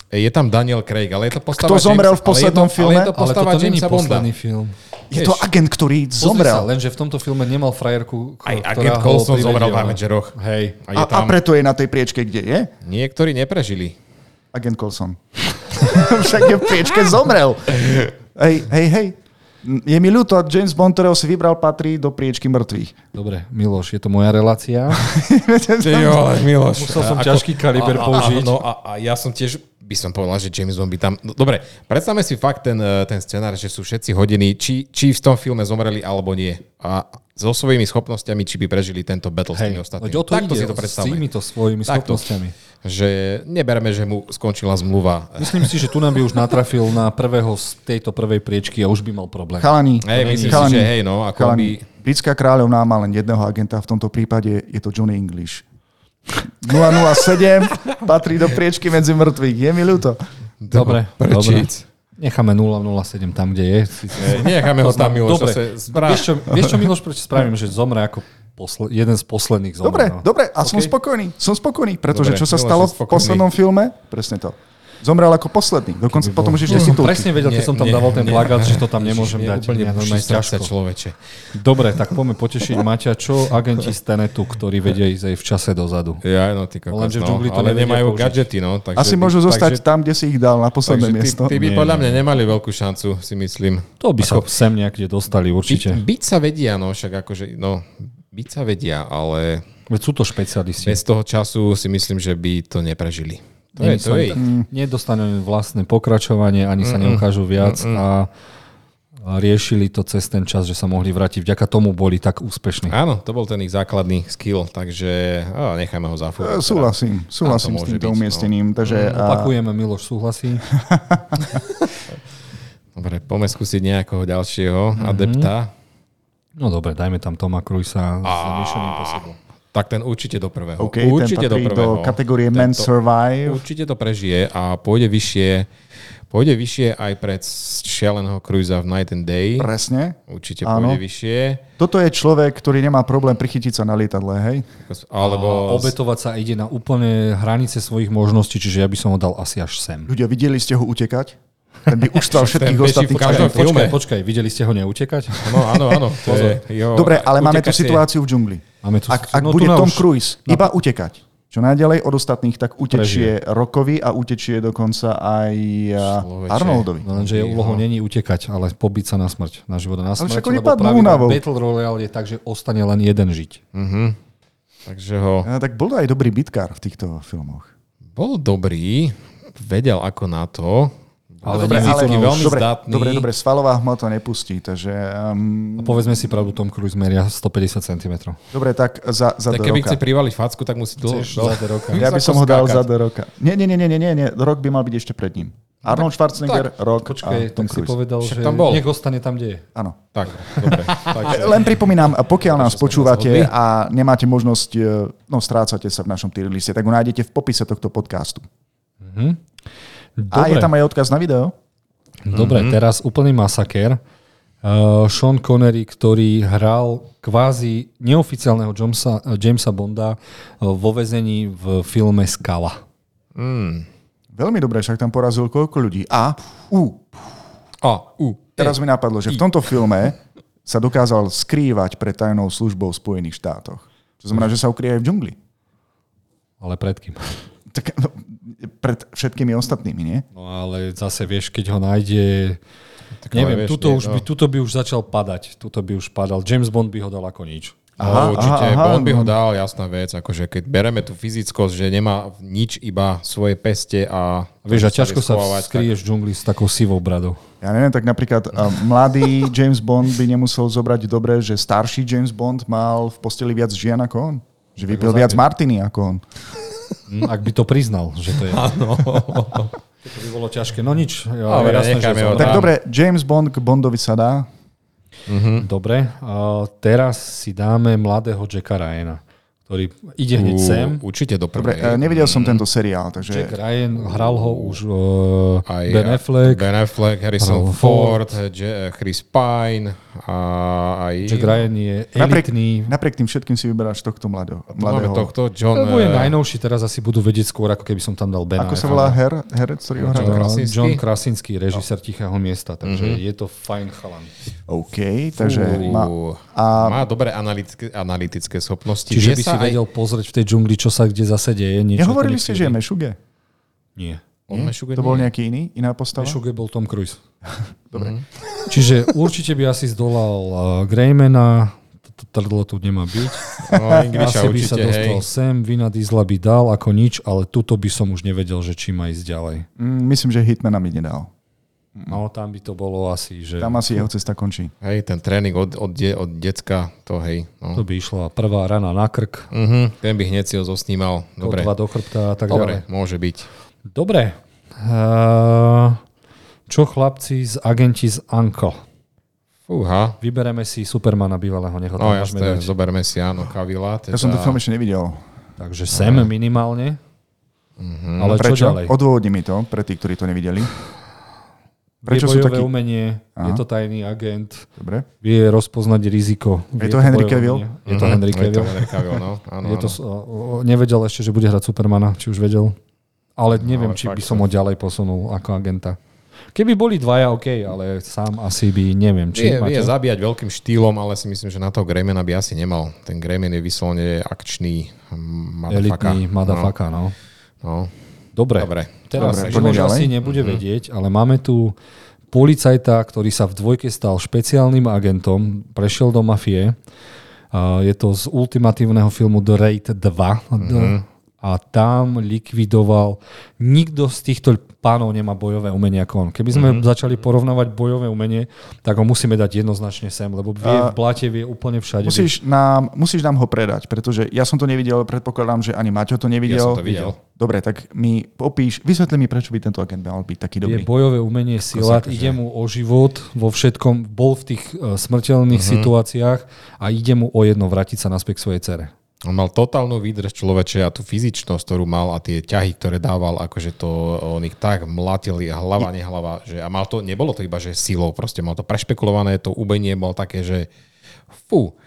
S3: Je tam Daniel Craig, ale je to postava...
S2: Kto zomrel v
S3: Jamesa- ale je to-
S2: poslednom filme?
S3: Ale je to
S1: Ale
S3: postava
S1: toto není
S3: Jamesa Bonda.
S1: posledný film.
S2: Je to
S3: Vieš.
S2: agent, ktorý
S1: Pozri sa,
S2: zomrel.
S1: lenže v tomto filme nemal frajerku, k-
S3: Aj
S1: ktorá
S3: agent
S1: ho
S3: Coulson
S1: privedie,
S3: zomrel v
S1: ale-
S3: Avengeroch.
S1: Hej.
S3: A
S2: A,
S3: je
S2: a
S3: tam...
S2: preto je na tej priečke, kde je?
S3: Niektorí neprežili.
S2: Agent Colson. Však je v priečke zomrel. Hej, hej, hej. Je mi ľúto, James Bond, ktorého si vybral, patrí do priečky mŕtvych.
S1: Dobre, Miloš, je to moja relácia.
S3: Jo, Miloš.
S1: Musel som ťažký kaliber
S3: a,
S1: použiť.
S3: A, no a, a ja som tiež by som povedal, že James Bond by tam... No, dobre, predstavme si fakt ten, e, ten scenár, že sú všetci hodení, či, či v tom filme zomreli alebo nie. A so svojimi schopnosťami, či by prežili tento battle s tými ostatnými.
S1: veď o to
S3: Takto
S1: ide,
S3: si to
S1: s
S3: predstavme.
S1: týmito svojimi
S3: Takto.
S1: schopnosťami.
S3: Že neberme, že mu skončila zmluva.
S1: Myslím si, že tu nám by už natrafil na prvého z tejto prvej priečky a už by mal problém.
S2: Chalani.
S3: Hej, myslím si,
S2: chalani,
S3: že hej, no, ako
S2: chalani.
S3: by-
S2: Britská kráľovná má len jedného agenta, v tomto prípade je to Johnny English. 007 patrí do priečky medzi mŕtvych. Je mi ľúto.
S1: Dobre, dobre.
S3: Prčíc.
S1: Necháme 0,07 tam, kde je. Sice-
S3: Eh, Necháme ho tam, Miloš.
S1: Dobre.
S3: zase zbra-
S1: Vieš čo, vieš čo Miloš, prečo spravím, že zomre ako posle- jeden z posledných zomre.
S2: Dobre,
S1: no.
S2: dobre, a som
S1: OK. no,
S2: spokojný. Som spokojný, pretože
S3: Dobre,
S2: čo sa
S3: Miloš,
S2: stalo
S3: si
S2: v
S3: spokojný.
S2: poslednom filme? Presne to. Zomrel ako posledný. Dokonca potom už
S1: Ja som
S2: ešte titulky.
S1: presne vedel, keď som tam dával ten plagát, že to tam nemôžem dať.
S3: Úplne
S1: Mňa normálne
S3: ťažko.
S1: ťažko.
S3: človeče.
S1: Dobre, tak poďme potešiť Maťa, čo agenti z Tenetu, ktorí vedia ísť aj v čase dozadu.
S3: Ja, no, ty kokos,
S1: Lenže v
S3: no.
S1: džungli to
S3: ale
S1: nevedia
S3: nemajú
S1: použiť.
S3: gadžety, no. Takže
S2: Asi
S3: ty-
S2: môžu zostať
S3: takže-
S2: tam, kde si ich dal, na posledné
S3: takže
S2: miesto.
S3: Ty, ty by
S1: Nie,
S3: podľa
S1: nie.
S3: mňa nemali veľkú šancu, si myslím.
S1: To by sa sem niekde dostali určite.
S3: Byť, byť sa vedia, no však akože, no, byť sa vedia, ale
S1: Veď sú to špecialisti.
S3: bez toho času si myslím, že by to neprežili. To je, to je. ich.
S1: Nedostanú vlastné pokračovanie, ani sa neukážu viac a a riešili to cez ten čas, že sa mohli vrátiť. Vďaka tomu boli tak úspešní.
S3: Áno, to bol ten ich základný skill, takže á, necháme ho
S2: E,
S3: za furt.
S2: Súhlasím, súhlasím s
S3: môže
S2: týmto
S3: byť, no.
S2: umiestnením. Takže, a,
S1: Opakujeme, Miloš súhlasí.
S3: Dobre, poďme skúsiť nejakého ďalšieho
S1: Mhm.
S3: adepta.
S1: No dobre, dajme tam Toma Cruisa s Mission Impossible.
S3: Tak ten určite do prvého.
S2: OK,
S3: určite
S2: ten patrí do, kategórie Men
S3: Tento-
S2: Survive.
S3: Určite to prežije a pôjde vyššie, pôjde vyššie aj pred šialeného Cruisa v Night and Day.
S2: Presne.
S3: Určite
S2: Áno.
S3: pôjde vyššie.
S2: Toto je človek, ktorý nemá problém prichytiť sa na lietadle, hej?
S1: No A
S3: Alebo
S1: obetovať sa ide na úplne hranice svojich možností, čiže ja by som ho dal asi až sem.
S2: Ľudia, videli ste ho utekať? Ten by uštal všetkých
S3: beží v
S2: ostatných.
S3: každom
S2: Počkaj,
S3: filme.
S1: Počkaj, počkaj, videli ste ho neutekať?
S3: No áno, áno. To je jeho,
S2: Dobre, ale máme tu
S3: utekacie.
S2: situáciu v džungli.
S1: Máme tu-
S2: Ak, ak
S1: no, tu
S2: bude
S1: na
S2: Tom
S1: už-
S2: Cruise iba utekať, čo najďalej od ostatných, tak utečie Rokovi a utečie dokonca aj a,
S3: Človeče.
S2: Arnoldovi.
S1: No lenže jej úlohou není utekať, ale pobiť sa na smrť, na život a na smrť.
S2: však oni
S1: lebo
S2: padnú
S1: pravidlo
S2: únavou.
S1: Battle Royale je tak, že ostane len jeden žiť.
S2: Hm.
S3: Takže ho
S2: A, Eh, tak bol aj dobrý bitkár v týchto filmoch.
S3: bol dobrý, vedel ako na to.
S1: Ale
S3: dobre,
S1: neviem,
S3: ale
S1: no,
S3: veľmi
S2: dobre,
S3: zdatný.
S2: dobre, dobre, svalová hmota nepustí, takže...
S1: A
S2: Um,
S1: povedzme si pravdu, Tom Cruise meria 150 cm.
S2: dobre, tak za, za
S3: Tak
S2: do
S3: keby
S2: roka.
S3: chce privaliť facku, tak musí dlho.
S1: Chceš za The Rocka?
S2: Ja by som ho dal za
S3: skákať. No
S2: do roka. Nie, nie, nie, nie, nie, nie, nie, rok by mal byť ešte pred ním. Arnold Schwarzenegger, rok
S1: Počkaj,
S2: a Tom
S1: tak si
S2: Cruise.
S1: povedal,
S3: Však
S1: že
S3: tam bol.
S1: nech ostane tam, kde je.
S2: Áno.
S3: Tak, dobre. Takže,
S2: Len pripomínam, pokiaľ nás počúvate
S3: rozhodli.
S2: a nemáte možnosť, e, no strácate sa v našom tier liste, tak ho nájdete v popise tohto podcastu. A
S1: Dobre,
S2: je tam aj odkaz na video?
S1: dobre
S2: Mhm.
S1: teraz úplný masaker. Uh, Sean Connery, ktorý hral kvázi neoficiálneho Jamesa, Jamesa Bonda eh, vo vezení v filme Skala.
S2: Veľmi dobre, však tam porazil koľko ľudí. A u,
S3: a, u,
S1: E.
S2: teraz mi napadlo, že v tomto filme sa dokázal skrývať pred tajnou službou v Spojených štátoch. To znamená, že sa ukrie aj v džungli.
S1: Ale pred kým?
S2: Tak, no, pred všetkými ostatnými, nie?
S1: No ale zase vieš, keď ho nájde... Tak
S3: ale
S1: neviem,
S3: vieš,
S1: tuto,
S3: nie,
S1: už by,
S3: no.
S1: tuto by už začal padať. Tuto by už padal. James Bond by ho dal ako nič.
S2: Aha,
S3: Aha, určite,
S2: aha,
S3: aha,
S2: aha,
S3: Bond by
S2: no.
S3: ho dal, jasná vec, akože keď bereme tú fyzickosť, že nemá nič iba svoje peste a...
S1: Vieš, a
S3: že
S1: ťažko
S3: vie
S1: sa
S3: schovávať, tak-
S1: skryješ v džungli s takou sivou bradou.
S2: Ja neviem, tak napríklad a, mladý James Bond by nemusel zobrať dobre, že starší James Bond mal v posteli viak žien ako on. Že vypil viac Martiny ako on.
S1: Hm, Ak by to priznal, že to je. Áno. To by bolo ťažké. No nič. Ja,
S3: Dobre,
S1: jasné, že
S3: necháme
S1: som-
S3: ho
S2: Tak
S3: Áno.
S2: dobre, James Bond k Bondovi sa dá.
S1: Dobre. A teraz si dáme mladého Jacka Ryana, ktorý ide hneď
S3: U-
S1: sem. eh,
S3: Určite do
S2: Dobre, e,
S3: prvej.
S2: nevidel som tento seriál, takže...
S1: Jack Ryan hral ho už uh, Ben Affleck.
S3: Ben Affleck, Harrison
S1: Harrison
S3: Ford, Je- Chris Pine a aj...
S1: Jack Ryan je
S2: Napriek,
S1: elitný.
S2: napriek tým všetkým si vyberáš tohto mladého.
S3: Máme
S2: mladého.
S3: tohto,
S1: To
S3: John...
S1: bude
S3: eh,
S1: najnovší, teraz asi budú vedieť skôr, ako keby som tam dal Bena.
S2: Ako sa volá her, herec, ktorý ho hrá?
S3: John Krasinski? Mhm.
S1: John Krasinski, režisér Tichého miesta, takže mm-hmm. je to fajn chalan.
S2: OK, takže
S3: Fú,
S2: má,
S3: a... má dobré analytické, analytické schopnosti.
S1: Čiže
S3: Vie
S1: by si
S3: sa aj-
S1: vedel pozrieť v tej džungli, čo sa kde zase deje. Niečo
S2: Nehovorili
S1: to
S2: ste,
S1: nechce
S2: že je
S1: vedieť.
S2: Mešuge?
S1: Nie.
S3: On Mešuga
S2: To bol
S3: nie.
S2: nejaký iný, iná postava?
S1: Šuge bol Tom Cruise. Dobre. Čiže určite by asi zdolal uh, Greymana, toto trdlo tu nemá byť.
S3: No, Ingriša
S1: asi by sa
S3: určite, hej.
S1: dostal sem, Vina Diesla by dal ako nič, ale tuto by som už nevedel, že či má ísť ďalej.
S2: Mm, myslím, že Hitmana mi nedal.
S3: Mhm.
S1: No tam by to bolo asi, že
S2: Tam asi jeho cesta končí.
S3: Hej, ten tréning od, od, de, od decka, to hej. No.
S1: to by išla prvá rana na krk,
S3: Uh-huh, ten by hneď si ho zosnímal. Dobre,
S1: kotva do chrbta a tak
S3: Dobre
S1: ďalej.
S3: môže byť.
S1: Dobre. Uh, čo chlapci z agenti z Anko?
S3: Fúha.
S1: Vybereme si Supermana bývalého, nech ho tam
S3: No
S1: môžeme
S3: jasné,
S1: dať.
S3: zoberme si, áno, Kavila. Teda...
S2: Ja som ten film ešte nevidel.
S1: Takže sem minimálne. Ale čo
S3: Mhm.
S2: No Prečo?
S1: ďalej?
S2: Odôvodni mi to, pre tých, ktorí to nevideli.
S1: Prečo
S2: Prečo
S1: je
S2: sú
S1: bojové
S2: takí-
S1: umenie,
S2: Aha.
S1: je to tajný agent,
S2: Dobre.
S1: vie rozpoznať riziko.
S2: Je
S1: vie
S2: to Henry
S1: bojovanie.
S2: Cavill?
S1: Mhm, Je to Henry Cavill.
S3: Mhm. Henry Cavill, no. Áno,
S1: Je to,
S3: áno.
S1: s- o- o- nevedel ešte, že bude hrať Supermana, či už vedel. Ale neviem,
S3: No, ale
S1: či by
S3: fakt,
S1: som ho ďalej posunul ako agenta. Keby boli dvaja, OK, ale sám asi by neviem, či
S3: Vie,
S1: ich máte.
S3: vie zabíjať veľkým štýlom, ale si myslím, že na toho Gremena by asi nemal. Ten Gremen je vyslovene akčný mm, motherfucker.
S1: Elitný madafaka, no.
S3: No, no.
S1: Dobre,
S3: Dobre.
S1: teraz
S2: Dobre,
S1: Živoš
S2: poďme
S1: asi
S2: ďalej.
S1: nebude vedieť, ale máme tu policajta, ktorý sa v dvojke stal špeciálnym agentom, prešiel do mafie. A Je to z ultimatívneho filmu The Raid 2. D- A tam likvidoval... Nikto z týchto pánov nemá bojové umenie ako on. Keby sme začali porovnávať bojové umenie, tak ho musíme dať jednoznačne sem, lebo vie v bláte, vie úplne všade.
S2: Musíš nám, musíš nám ho predať, pretože ja som to nevidel, predpokladám, že ani Maťo to nevidel.
S3: Ja som to videl.
S2: Dobre, tak mi popíš, vysvetli mi, prečo by tento agent mal byť
S1: je
S2: taký dobrý.
S1: bojové umenie sila,
S3: akože-
S1: ide mu o život vo všetkom, bol v tých eh, smrteľných
S2: Mhm.
S1: situáciách a ide mu o jedno vrátiť sa naspäť k svojej cere.
S3: On mal totálnu výdrž človeče a tú fyzičnosť, ktorú mal a tie ťahy, ktoré dával, akože to on ich tak mlatili hlava, nehlava. Že, a mal to, nebolo to iba, že silou, proste mal to prešpekulované, to ubenie bol také, že fú.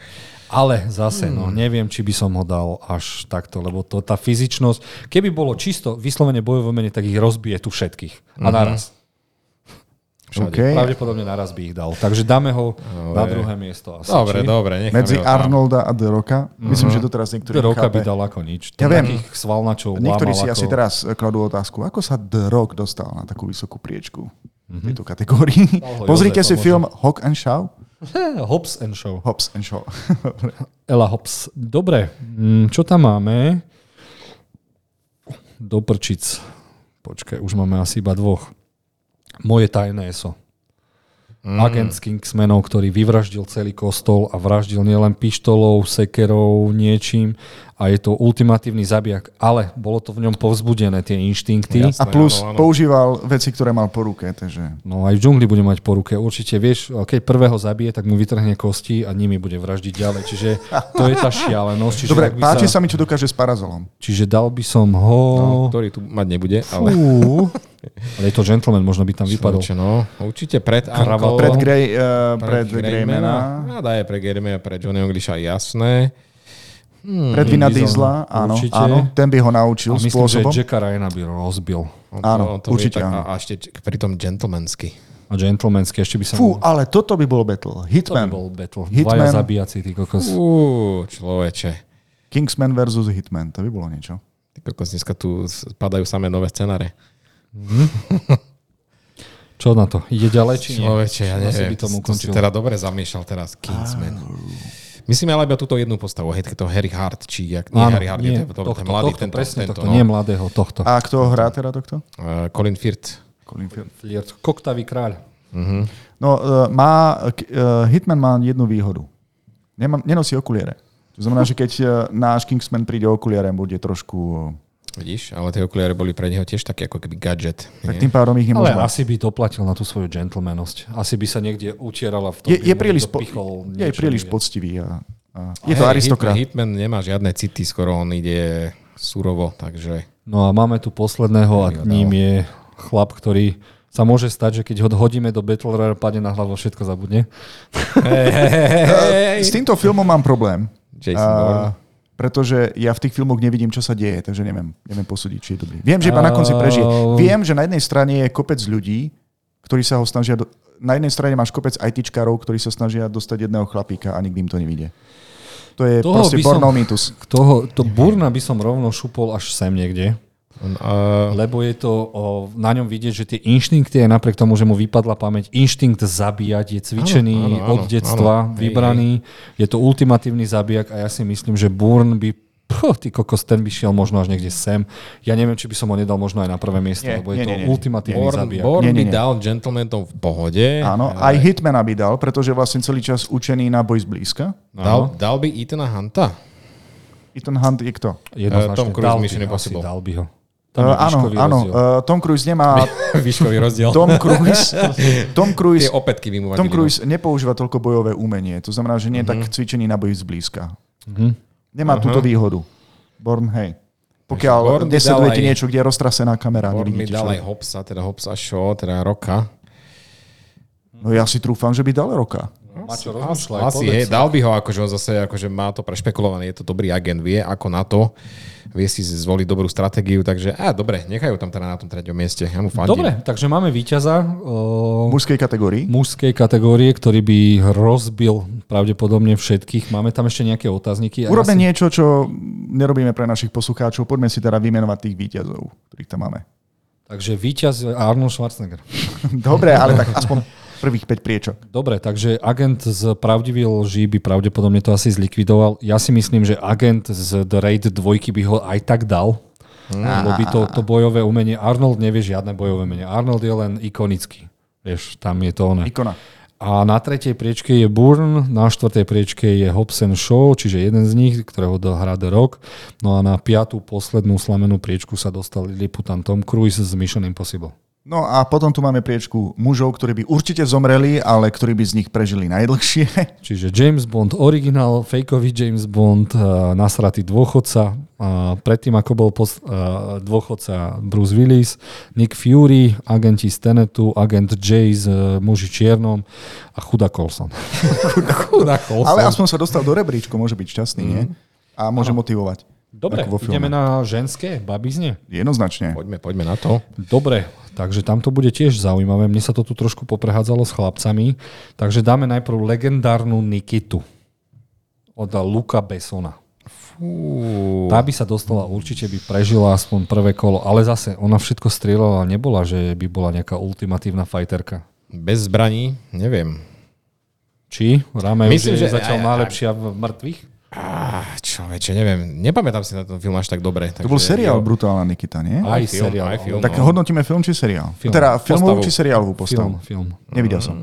S1: Ale zase, no,
S2: Hmm.
S1: neviem, či by som ho dal až takto, lebo to, tá fyzičnosť, keby bolo čisto vyslovene bojové umenie, tak ich rozbije tu všetkých. A naraz.
S2: Mhm. OK.
S1: Pravdepodobne naraz by ich dal. Takže dáme ho na druhé miesto. Asi,
S3: Dobre,
S1: či?
S3: dobre, necháme
S2: Medzi
S3: ho tam.
S2: Arnolda a The Rocka. Myslím, že to teraz niektorí
S1: Roka Mhm. by
S2: chápe.
S1: dal ako nič.
S2: Ja viem.
S1: Takých svalnačov
S2: Niektorí
S1: lámal
S2: si
S1: ako...
S2: asi teraz eh, kladú otázku, ako sa The Rock dostal na takú vysokú priečku v tejto kategórii.
S1: Mhm. ho
S2: Pozrite
S1: Jozef, možno.
S2: si film Hawk and Shaw.
S1: Hobbs and show.
S2: Hobbs and Shaw.
S1: Ela Hops. Dobre, mm, čo tam máme? Do prčic. Počkaj, už máme asi iba dvoch. Moje tajné eso. Mm. Agent z Kingsmanov, ktorý vyvraždil celý kostol a vraždil nielen pištolou, sekerou, niečím a je to ultimatívny zabijak, ale bolo to v ňom povzbudené tie inštinkty.
S3: Jasné,
S2: A plus
S3: áno, áno.
S2: používal veci, ktoré mal po ruke, takže...
S1: No aj v džungli bude mať po ruke. Určite vieš, keď prvého zabije, tak mu vytrhne kosti a nimi bude vraždiť ďalej. Čiže to je tá šialenosť. Čiže
S2: Dobre,
S1: tak by
S2: páči sa mi, čo dokáže s parazolom.
S1: Čiže dal by som ho...
S3: No, ktorý tu mať nebude, ale...
S1: Fú. Ale je to gentleman, možno by tam vypadol.
S3: Čo, no, určite pred
S1: Kravato.
S3: Ankou,
S2: Pred, Grey, uh, pred, Greymana,
S3: A daj No, pre Greymana, pre Johnny Englisha, jasné.
S2: pred Vina
S1: Diesel,
S2: Diesla,
S1: Hmm.
S2: áno,
S1: určite.
S2: áno, ten by ho
S1: A
S2: naučil
S1: myslím,
S2: spôsobom.
S1: že Jacka Ryana by rozbil.
S3: On
S2: Áno,
S3: vie
S2: určite
S3: tak,
S2: áno.
S3: A, a ešte č- pri tom gentlemansky.
S1: A gentlemanský, ešte by som...
S2: Fú, ale toto by bol
S1: to
S2: battle.
S1: by
S2: Hitman.
S1: bol battle.
S2: Hitman.
S1: Dvaja zabíjaci, ty kokos.
S3: Uú, človeče.
S2: Kingsman versus Hitman, to by bolo niečo.
S3: Ty kokos, dneska tu spadajú samé nové scenáre.
S1: Čo na to? Ide ďalej, či nie?
S3: Človeče, ja
S1: Asi
S3: neviem.
S1: by tomu
S3: to si
S1: ukončil.
S3: teda dobre zamiešal teraz Kingsman. Myslíme ale iba túto jednu postavu, hej, to Harry Hart, či jak, nie Harry Hart, nie, to, to, ten mladý,
S1: tohto,
S3: tento,
S1: presne
S3: tento,
S1: tohto,
S3: no.
S1: nie mladého, tohto.
S2: A kto hrá teda tohto?
S3: Eh, Colin Firth.
S2: Colin Firth.
S1: Flirt. Koktavý kráľ.
S2: No, uh, má, uh, Hitman má jednu výhodu. Nemá, nenosí okuliere. To znamená, že keď uh, náš Kingsman príde o okuliere, bude trošku... Uh,
S3: Vidíš, ale tie okuliare boli pre neho tiež také ako keby gadget.
S2: tak
S3: nie?
S2: tým pádom ich
S1: Ale
S2: nemôže mať.
S1: asi by doplatil na tú svoju gentlemanosť. Asi by sa niekde utierala v tom...
S2: Je,
S1: by
S2: je
S1: mu
S2: príliš, po,
S1: dopichol
S2: je
S1: niečo,
S2: príliš
S1: neviem.
S2: poctivý. A, a,
S3: Hej,
S2: je to aristokrat.
S3: Hitman, Hitman nemá žiadne city, skoro on ide surovo, takže...
S1: No a máme tu posledného a ním je chlap, ktorý sa môže stať, že keď ho hodíme do Battle Royale, padne na hlavu, všetko zabudne.
S2: S týmto filmom mám problém.
S3: Jason Bourne.
S2: pretože ja v tých filmoch nevidím, čo sa deje, takže neviem, neviem posúdiť, či je dobrý. Viem, že iba na konci prežije.
S1: Oh.
S2: Viem, že na jednej strane je kopec ľudí, ktorí sa ho snažia... Do... Na jednej strane máš kopec ITčkarov, ktorí sa snažia dostať jedného chlapíka a nikdy im to nevidie. To je
S1: Toho
S2: proste
S1: by som-
S2: bornal mýtus.
S1: Toho, to Burna by som rovno šupol až sem niekde,
S3: On, uh,
S1: lebo je to o, na ňom vidieť, že tie inštinkty, aj napriek tomu, že mu vypadla pamäť, inštinkt zabíjať je cvičený
S3: Áno, áno, áno,
S1: od detstva,
S3: áno. Hej,
S1: vybraný, je to ultimatívny zabijak a ja si myslím, že Burn by Puh, ty kokos, ten by šiel možno až niekde sem. Ja neviem, či by som ho nedal možno aj na prvé miesto,
S2: Nie,
S1: lebo je
S2: nie,
S1: to
S2: nie, nie.
S1: ultimatívny
S3: Born,
S1: zabijak.
S3: Born
S2: Nie, nie,
S3: by
S2: nie.
S3: dal gentlemanom v pohode.
S2: Áno, aj Hitmana by dal, pretože vlastne celý čas učený na boj zblízka.
S3: Dal, dal by Ethana Hunta.
S2: Ethan Hunt je kto?
S1: Jednoznačne.
S3: Eh, Tom Cruise,
S1: Dal by,
S3: Mission
S1: asi
S3: Impossible.
S1: Dal by ho. Tam
S2: Uh,
S1: je
S2: áno,
S1: výškový
S2: áno.
S1: rozdiel.
S2: Uh, Tom Cruise nemá...
S3: Výškový rozdiel.
S2: Tom Cruise, Tom Cruise
S3: Tie opätky by mu
S2: Tom
S3: vadili. no.
S2: Cruise nepoužíva toľko bojové umenie, to znamená, že nie je
S3: Mhm.
S2: tak cvičený na boji zblízka. Nemá túto výhodu. Born, hej.
S3: Born
S2: Pokiaľ
S3: mi
S2: desledujete
S3: dal aj-
S2: niečo, kde je roztrasená kamera,
S3: Born mi
S2: nevidíte
S3: dal aj
S2: čo.
S3: Hobsa, teda Hobsa Show, teda Roka.
S2: No ja si trúfam, že by dal roka.
S1: Maťo,
S3: Asi,
S1: rozmýšľaj,
S3: asi
S1: povedz.
S2: no.
S3: hej, dal by ho, akože on zase akože má to prešpekulované, je to dobrý agent, vie ako na to, vie si zvoliť dobrú stratégiu, takže a dobre, nechajú tam teda na tom treťom mieste, ja mu fandím.
S1: Dobre, takže máme víťaza
S2: V
S3: No.
S1: uh,
S2: mužskej kategórii?
S1: mužskej kategórie, ktorý by rozbil pravdepodobne všetkých. Máme tam ešte nejaké otázniky. A ja
S2: Urobme
S1: si-
S2: niečo, čo nerobíme pre našich poslucháčov. Poďme si teda vymenovať tých výťazov, ktorých tam máme.
S1: Takže víťaz je Arnold Schwarzenegger.
S2: Dobre, ale tak aspoň prvých 5 priečok.
S1: Dobre, takže agent z Pravdivý lží by pravdepodobne to asi zlikvidoval. Ja si myslím, že agent z The Raid 2 by ho aj tak dal. Lebo by to, to bojové umenie... Arnold nevie žiadne bojové umenie. Arnold je len ikonický. Vieš, tam je to ono.
S2: Ikona.
S1: A na tretej priečke je Burn, na štvrtej priečke je Hobson Show, čiže jeden z nich, ktorého dohrá The Rock. No a na piatú, poslednú slamenú priečku sa dostal Liputan Tom Cruise z Mission Impossible.
S2: No a potom tu máme priečku mužov, ktorí by určite zomreli, ale ktorí by z nich prežili najdlhšie.
S1: Čiže James Bond originál, fejkový James Bond, eh, nasratý dôchodca, a predtým ako bol pos- eh, dôchodca Bruce Willis, Nick Fury, agenti z Tenetu, agent Jay z eh, Muži čiernom a Chuda Colson. Chuda Colson.
S2: Ale aspoň sa dostal do rebríčku, môže byť šťastný, nie? A môže motivovať.
S1: Mhm. Dobre,
S2: Ako vo filme.
S1: ideme na ženské babizne.
S2: Jednoznačne.
S3: Poďme, poďme na to.
S1: Dobre, takže tam to bude tiež zaujímavé. Mne sa to tu trošku poprehádzalo s chlapcami. Takže dáme najprv legendárnu Nikitu od Luka Besona.
S3: Fú,
S1: Tá by sa dostala, určite by prežila aspoň prvé kolo, ale zase ona všetko strieľala, nebola, že by bola nejaká ultimatívna fajterka.
S3: bez zbraní, neviem.
S1: Či? Rame Myslím,
S3: Myslím,
S1: že je
S3: že-
S1: zatiaľ
S3: aj- aj-
S1: najlepšia v mŕtvych?
S3: Á, človeče, neviem, nepamätám si na ten film až tak dobre.
S2: To bol seriál Brutálna Nikita, nie?
S1: Aj
S3: Aj film,
S1: seriál.
S3: aj film.
S2: Tak
S3: no.
S2: hodnotíme film či seriál?
S1: Film.
S2: Teda filmovú
S3: Postavu.
S2: či seriálovú
S1: Film, Mm.
S2: postavu?
S1: film.
S2: Nevidel som.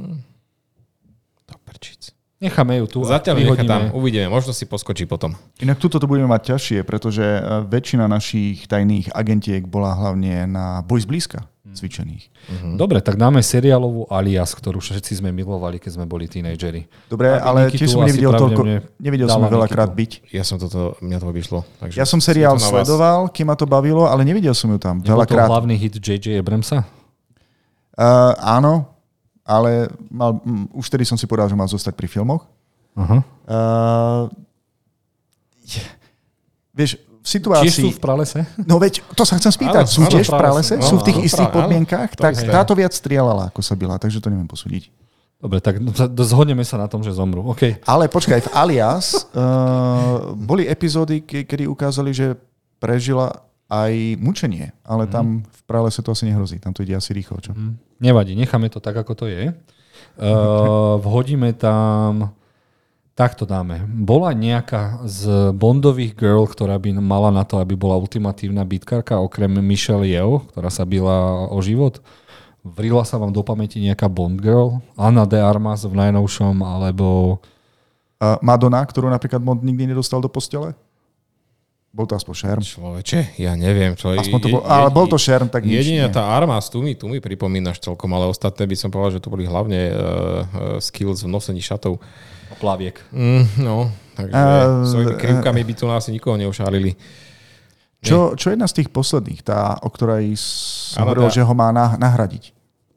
S3: To prčic.
S1: Necháme ju tu. a
S3: Zatiaľ ju nechá
S1: vyhodíme.
S3: tam, uvidíme, možno si poskočí potom.
S2: Inak tuto to budeme mať ťažšie, pretože eh, väčšina našich tajných agentiek bola hlavne na boj zblízka
S1: Mm.
S2: cvičených.
S1: Dobre, tak dáme seriálovú alias, ktorú všetci sme milovali, keď sme boli tínejdžeri.
S2: Dobre,
S1: Tak
S2: ale
S1: Nikitu
S2: tiež som
S1: asi
S2: nevidel toľko,
S1: pravdepodobne
S2: nevidel som
S1: dala
S2: ho veľakrát
S1: Nikitu.
S2: byť.
S3: Ja som toto, mňa to vyšlo. Takže
S2: Ja som seriál
S3: je to na vás.
S2: sledoval, kým ma to bavilo, ale nevidel som ju tam
S1: Bol to
S2: veľakrát.
S1: hlavný hit J.J. Abramsa?
S2: Uh, áno, ale mal, um, už tedy som si povedal, že mal zostať pri filmoch.
S1: Aha.
S2: Uh, je- vieš,
S1: Tiež sú
S2: v
S1: v
S2: situácii...
S1: pralese?
S2: No veď, to sa chcem spýtať.
S3: Áno,
S2: Sú
S3: áno,
S2: tiež v
S1: práve
S2: pralese?
S1: sú.
S2: Sú v
S3: Áno,
S2: tých
S3: áno,
S2: istých
S3: práve, áno.
S2: podmienkách?
S3: To
S2: Tak
S3: isté.
S2: táto viac strieľala, ako sa byla, takže to neviem posúdiť.
S1: Dobre, tak d- zhodneme sa na tom, že zomru. OK.
S2: Ale počkaj, v Alias uh, boli epizódy, ke- kedy ukázali, že prežila aj mučenie, ale
S3: Mhm.
S2: tam v pralese to asi nehrozí. Tam to ide asi rýchlo, čo?
S1: Nevadí, necháme to tak, ako to je. Uh, vhodíme tam... Takto dáme. Bola nejaká z Bondových girl, ktorá by mala na to, aby bola ultimatívna bitkárka, okrem Michelle Yeoh, ktorá sa bila o život? Vrila sa vám do pamäti nejaká Bond girl? Anna de Armas v najnovšom, alebo...
S2: Uh, Madonna, ktorú napríklad Mond nikdy nedostal do postele? Bol to aspoň šerm.
S3: Človeče, ja neviem. Čo
S2: Aspoň to bol, ale bol to šerm, tak nič.
S3: Jedine
S2: nie.
S3: tá arma, tu mi, tu mi pripomínaš celkom, ale ostatné by som povedal, že to boli hlavne uh, skills v nosení šatov.
S1: Plaviek.
S3: Mm, no, takže
S2: Eh,
S3: uh, svojimi
S2: e-
S3: krivkami by tu nás nikoho neušálili.
S2: Čo, čo je jedna z tých posledných, tá, o ktorej som
S3: Áno,
S2: hovoril,
S3: tá-
S2: že ho má nah- nahradiť?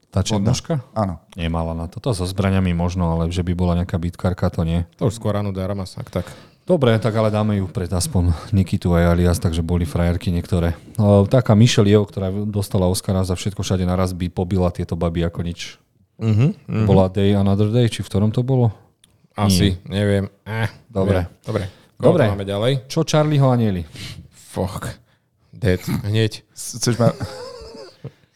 S1: Tá černoška?
S2: Áno.
S1: Nemala na to. To so zbraniami možno, ale že by bola nejaká bitkárka, to nie.
S3: To už skôr ráno do Armas, ak tak.
S1: Dobre, tak ale dáme ju pred aspoň Nikitu aj Alias, takže boli frajerky niektoré. No, taká Michelle Yeoh, ktorá dostala Oscara za všetko všade naraz, by pobila tieto baby ako nič.
S2: Mhm.
S3: Uh-huh.
S1: Mm-hmm. Bola Day Another Day, či v ktorom to bolo?
S3: Asi, Nie. neviem. Eh,
S1: Dobre.
S3: neviem. Dobre. Koho
S1: Dobre.
S3: Dobre. máme ďalej?
S1: Čo Charlieho anieli?
S3: Fuck. Dead. Hneď.
S2: Chceš ma...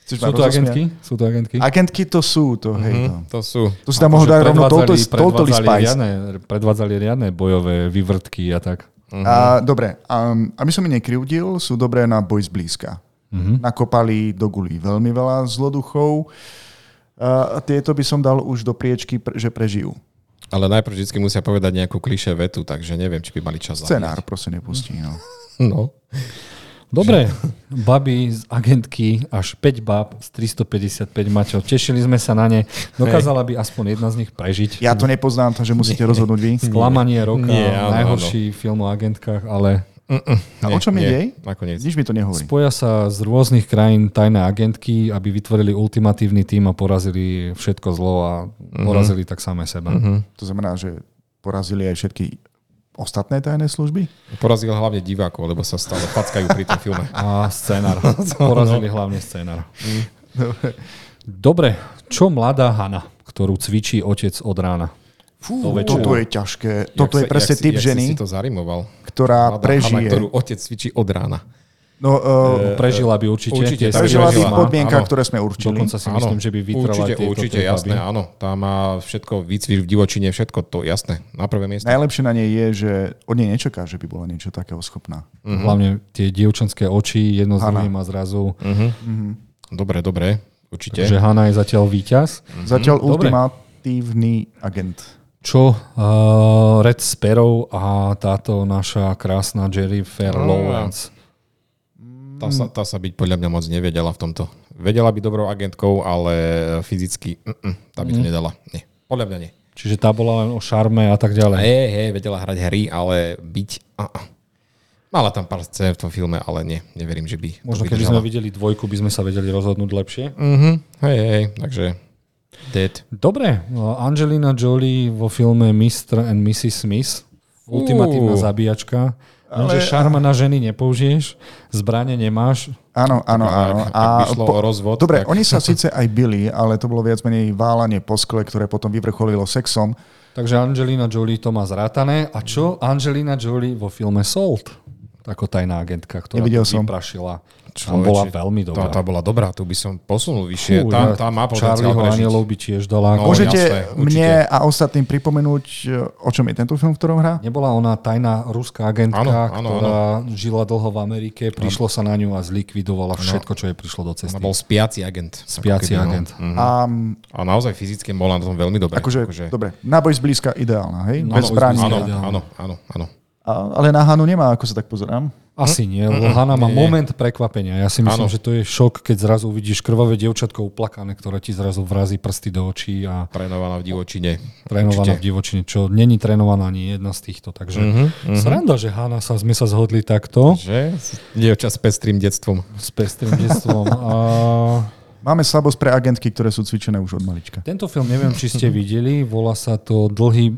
S2: Chceš ma
S1: Sú to
S2: rozosmiať?
S1: agentky? Sú to agentky?
S2: Agentky to sú, to hej. Mm-hmm.
S3: To sú.
S2: To si tam mohol dať rovno touto,
S1: Predvádzali-
S2: touto
S1: predvádzali
S2: Spice.
S1: riadne, predvádzali riadne bojové vyvrtky a tak.
S3: Mhm.
S2: A, dobre, um, aby som mi nekryvdil, sú dobré na boj zblízka.
S3: Mhm.
S2: Mm-hmm. Nakopali do gulí veľmi veľa zloduchov. Uh, tieto by som dal už do priečky, pre- že prežijú.
S3: Ale najprv vždy musia povedať nejakú klišé vetu, takže neviem, či by mali čas. na-
S2: Scenár proste nepustí. No.
S3: No.
S1: Dobre, baby z agentky, až 5 bab z 355 mačov. Tešili sme sa na ne. Dokázala by aspoň jedna z nich prežiť.
S2: Ja to nepoznám, takže musíte rozhodnúť vy.
S1: Sklamanie roka,
S3: Nie, áno,
S1: najhorší film o agentkách, ale
S2: A o čom je
S3: nie,
S2: jej?
S3: nakoniec.
S2: Nič mi to nehovorí.
S1: Spoja sa z rôznych krajín tajné agentky, aby vytvorili ultimatívny tým a porazili všetko zlo a
S3: Mhm.
S1: porazili tak samé seba.
S2: To znamená, že porazili aj všetky ostatné tajné služby?
S3: Porazil hlavne divákov, lebo sa stále fackajú pri tom filme.
S1: A scénar.
S3: No.
S1: Porazili hlavne scénar. Dobre, čo mladá Hana, ktorú cvičí otec od rána?
S2: Fú,
S1: To väčšinou.
S2: toto je ťažké. Toto
S3: Jak
S2: je
S3: sa-
S2: presne
S3: jak si-
S2: typ
S3: jak
S2: ženy,
S3: Si si to zarimoval.
S2: ktorá
S3: Mladá Hana,
S2: prežije.
S3: ktorú otec cvičí od rána.
S2: No, uh,
S1: Prežila by určite. tie
S3: určite
S2: prežila
S1: skills
S2: by v
S1: má.
S3: pod-
S2: podmienkach,
S3: E, áno.
S2: ktoré sme určili.
S1: Dokonca si myslím, že by vytrvala
S3: určite,
S1: tieto
S3: určite,
S1: tri baby.
S3: jasné, áno. Tá má všetko, výcvik v divočine, všetko to, jasné, na prvé miesto.
S2: Najlepšie na nej je, že od nej nečaká, že by bola niečo takého schopná.
S1: Hlavne tie dievčenské oči, jedno s
S2: Hana.
S1: druhým a zrazu.
S3: Dobre, dobre, určite.
S1: Že Hanna je zatiaľ víťaz.
S3: Mhm.
S2: Zatiaľ
S1: Dobre.
S2: ultimatívny agent.
S1: Čo uh, Red Sparrow a táto naša krásna Jerry Fair
S3: Mm.
S1: Lawrence.
S3: Tá sa, tá sa byť podľa mňa moc nevedela v tomto. Vedela byť dobrou agentkou, ale fyzicky mm, mm, tá by to nedala. Nie. Podľa mňa nie.
S1: Čiže tá bola len o šarme a tak ďalej.
S3: Hej, hej, vedela hrať hry, ale byť... A, a. Mala tam pár scén v tom filme, ale nie, neverím, že by
S1: Možno keby sme videli dvojku, by sme sa vedeli rozhodnúť lepšie.
S3: Mm-hmm. Hej, hej, hej, takže... Dead.
S1: Dobre, no, Angelina Jolie vo filme Mr. and Mrs. Smith. Ultimatívna
S3: Fú.
S1: zabíjačka. Ale... šarma na ženy nepoužiješ, zbranie nemáš.
S2: Áno, áno,
S3: Tak,
S2: áno.
S3: ak- ak by šlo o rozvod,
S2: Dobre,
S3: tak-
S2: oni sa síce aj bili, ale to bolo viac menej válanie po skle, ktoré potom vyvrcholilo sexom.
S1: Takže Angelina Jolie to má zrátané. A čo Angelina Jolie vo filme Salt? Ako tajná agentka, ktorá
S2: Nevidel
S1: to
S2: som.
S1: vyprašila. Tam bola
S3: Človeče,
S1: veľmi dobrá.
S3: Tá, tá bola dobrá, tu by som posunul vyššie.
S1: Fú,
S3: tá,
S1: ja
S3: tá má potenciál
S1: Charlieho
S3: prežiť.
S1: Anielov by tiež dala.
S3: No,
S1: No,
S2: Môžete
S3: jasné, určite.
S2: mne a ostatným pripomenúť, e, o čom je tento film, v ktorom hrá?
S1: Nebola ona tajná ruská agentka,
S3: Áno,
S1: áno,
S3: áno,
S1: áno, ktorá áno. žila dlho v Amerike, prišlo sa na ňu a zlikvidovala všetko, čo jej prišlo do
S3: No. Ona
S1: cesty.
S3: bol spiaci agent. ako
S1: Spiaci
S3: keby, no.
S1: agent.
S3: Mm.
S2: A
S3: A naozaj fyzicky bola na tom veľmi dobrá.
S2: akože, dobre, náboj zblízka ideálna, hej?
S1: No,
S2: Bez
S1: áno,
S2: zbraní.
S3: Áno,
S1: ideálne.
S3: áno, áno, áno.
S2: A- Ale na Hanu nemá, ako sa tak pozerám.
S3: Mm,
S1: Asi nie, lebo Hanna má moment prekvapenia. Ja si myslím,
S3: Áno.
S1: že to je šok, keď zrazu uvidíš krvavé dievčatko uplakané, ktoré ti zrazu vrazí prsty do očí a
S3: Trénovaná v divočine.
S1: trénovaná v divočine, čo není trénovaná ani jedna z týchto. Takže sranda, že Hanna sa, sme sa zhodli takto
S3: Že? Dievča s pestrým detstvom.
S1: s pestrým detstvom. A
S2: Máme slabosť pre agentky, ktoré sú cvičené už od malička.
S1: tento film neviem, či ste videli, volá sa to Dlhý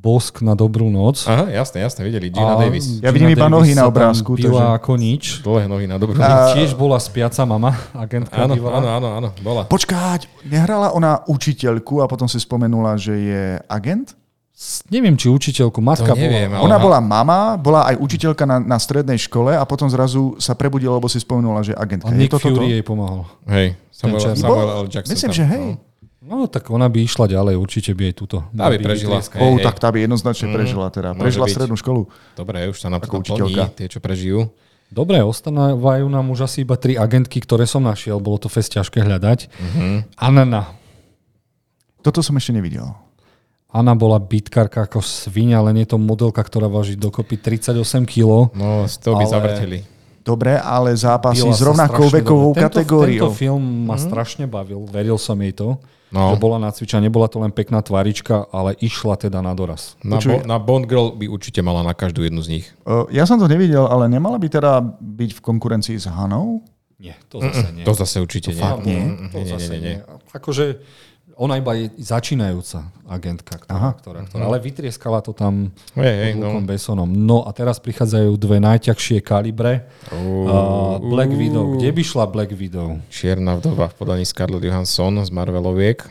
S1: bosk na dobrú noc.
S3: Aha, jasné, jasné, videli. Gina
S1: A
S3: Davis.
S2: Ja vidím iba
S1: Davis
S2: nohy
S1: sa
S2: na
S1: tam
S2: obrázku,
S1: Bila
S2: takže-
S1: ako nič.
S3: Dlhé nohy na dobrú.
S1: A... Tiež bola spiaca mama, agentka
S3: Áno,
S1: bývalá.
S3: áno, áno, áno, bola.
S2: Počkať, nehrala ona učiteľku a potom si spomenula, že je agent?
S1: Neviem, či učiteľku, matka
S3: To No, neviem,
S1: bola.
S3: ale-
S2: Ona bola mama, bola aj učiteľka na, na strednej škole a potom zrazu sa prebudila, lebo si spomenula, že je
S1: A
S2: agentka.
S1: Nick
S2: to toto?
S1: Fury jej pomohol.
S3: Hej, Samuel,
S1: čas.
S3: Samuel L. Jackson.
S2: Myslím,
S3: tam,
S2: že hej.
S3: no.
S1: No, tak ona by išla ďalej, určite by jej túto.
S3: Tá by prežila. Hej,
S2: Oh,
S3: hej.
S2: tak tá by jednoznačne prežila teda.
S3: môže
S2: Prežila
S3: byť.
S2: strednú školu.
S3: Dobre, už sa nám to
S2: Ako
S3: plní,
S2: učiteľka.
S3: tie, čo prežijú.
S1: Dobre, ostávajú nám už asi iba tri agentky, ktoré som našiel. Bolo to fest ťažké hľadať. Mhm. Anna.
S2: Toto som ešte nevidel.
S1: Anna bola bytkarka ako svinia, len je to modelka, ktorá váži dokopy 38 kg.
S3: No, z toho by
S1: Ale-
S3: zavrteli.
S2: Dobre, ale zápasy
S1: Biela
S2: s
S1: sa
S2: rovnakou
S1: strašne
S2: vekovou
S1: dobre.
S2: kategóriou.
S1: Tento, tento film ma strašne bavil, veril som jej to.
S3: No.
S1: Mhm. No. Že bola nacvičená, nebola to len pekná tvarička, ale išla teda na doraz.
S3: Na,
S2: Počuj.
S3: bo, na Bond Girl by určite mala na každú jednu z nich.
S2: Eh, Ja som to nevidel, ale nemala by teda byť v konkurencii s Hanou?
S1: Nie, to zase nie.
S3: To zase určite nie.
S2: fakt nie.
S3: Mm, mm,
S1: To
S3: nie, nie,
S1: zase
S3: nie, nie.
S1: nie. Akože ona iba je začínajúca agentka, ktorá, ktorá, ktorá, ale vytrieskala to tam
S3: Hej, hej, no.
S1: Lukom Bessonom. No a teraz prichádzajú dve najťažšie kalibre. Uh, Black Widow. Kde by šla Black Widow?
S3: Čierna vdova v podaní Scarlett Johansson z Marveloviek.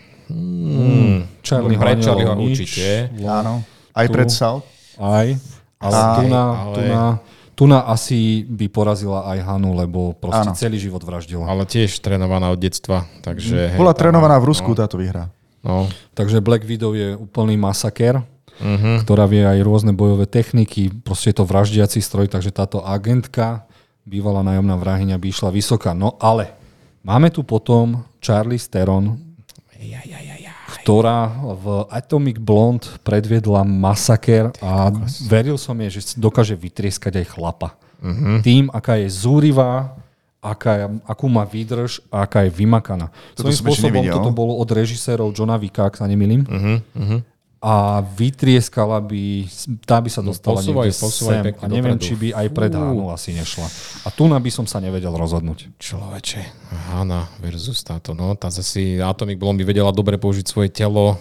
S1: Charlie
S3: Pre
S1: Hunnell
S3: Charlieho
S1: nič.
S3: určite.
S2: Áno. Aj
S1: Tu.
S2: pred Sal?
S1: Aj. Ale,
S2: Aj,
S1: tu, na, Tu,
S3: ale-
S1: na, tu na asi by porazila aj Hanu, lebo proste
S2: Áno.
S1: celý život vraždila.
S3: Ale tiež trénovaná od detstva, takže... hej,
S2: Mhm. Bola
S3: tá-
S2: trénovaná v Rusku táto výhra.
S3: No,
S1: Takže Black Widow je úplný masaker,
S3: Mhm.
S1: uh-huh. ktorá vie aj rôzne bojové techniky, proste je to vraždiaci stroj, takže táto agentka, bývalá nájomná vrahyňa, by išla vysoká. No ale máme tu potom Charlie Theron, ktorá v Atomic Blonde predviedla masaker a veril som jej, že dokáže vytrieskať aj chlapa.
S3: Mhm.
S1: Tým, aká je zúrivá, aká, akú má výdrž a aká je vymakaná. Svojím
S2: Toto som ešte
S1: spôsobom
S2: nevidel.
S3: Mhm,
S1: toto bolo od režisérov Johna Vicka, ak sa nemýlim. Uh-huh, uh-huh. a vytrieskala by, tá by sa dostala
S3: No, posúvaj,
S1: niekde
S3: posúvaj
S1: sem.
S3: pekne
S1: A neviem,
S3: dopredu.
S1: či by aj pred
S3: Fú.
S1: Hánu asi nešla. A tu na by som sa nevedel rozhodnúť.
S3: Človeče, Hanna versus táto, no, tá zase Atomic Blonde by vedela dobre použiť svoje telo.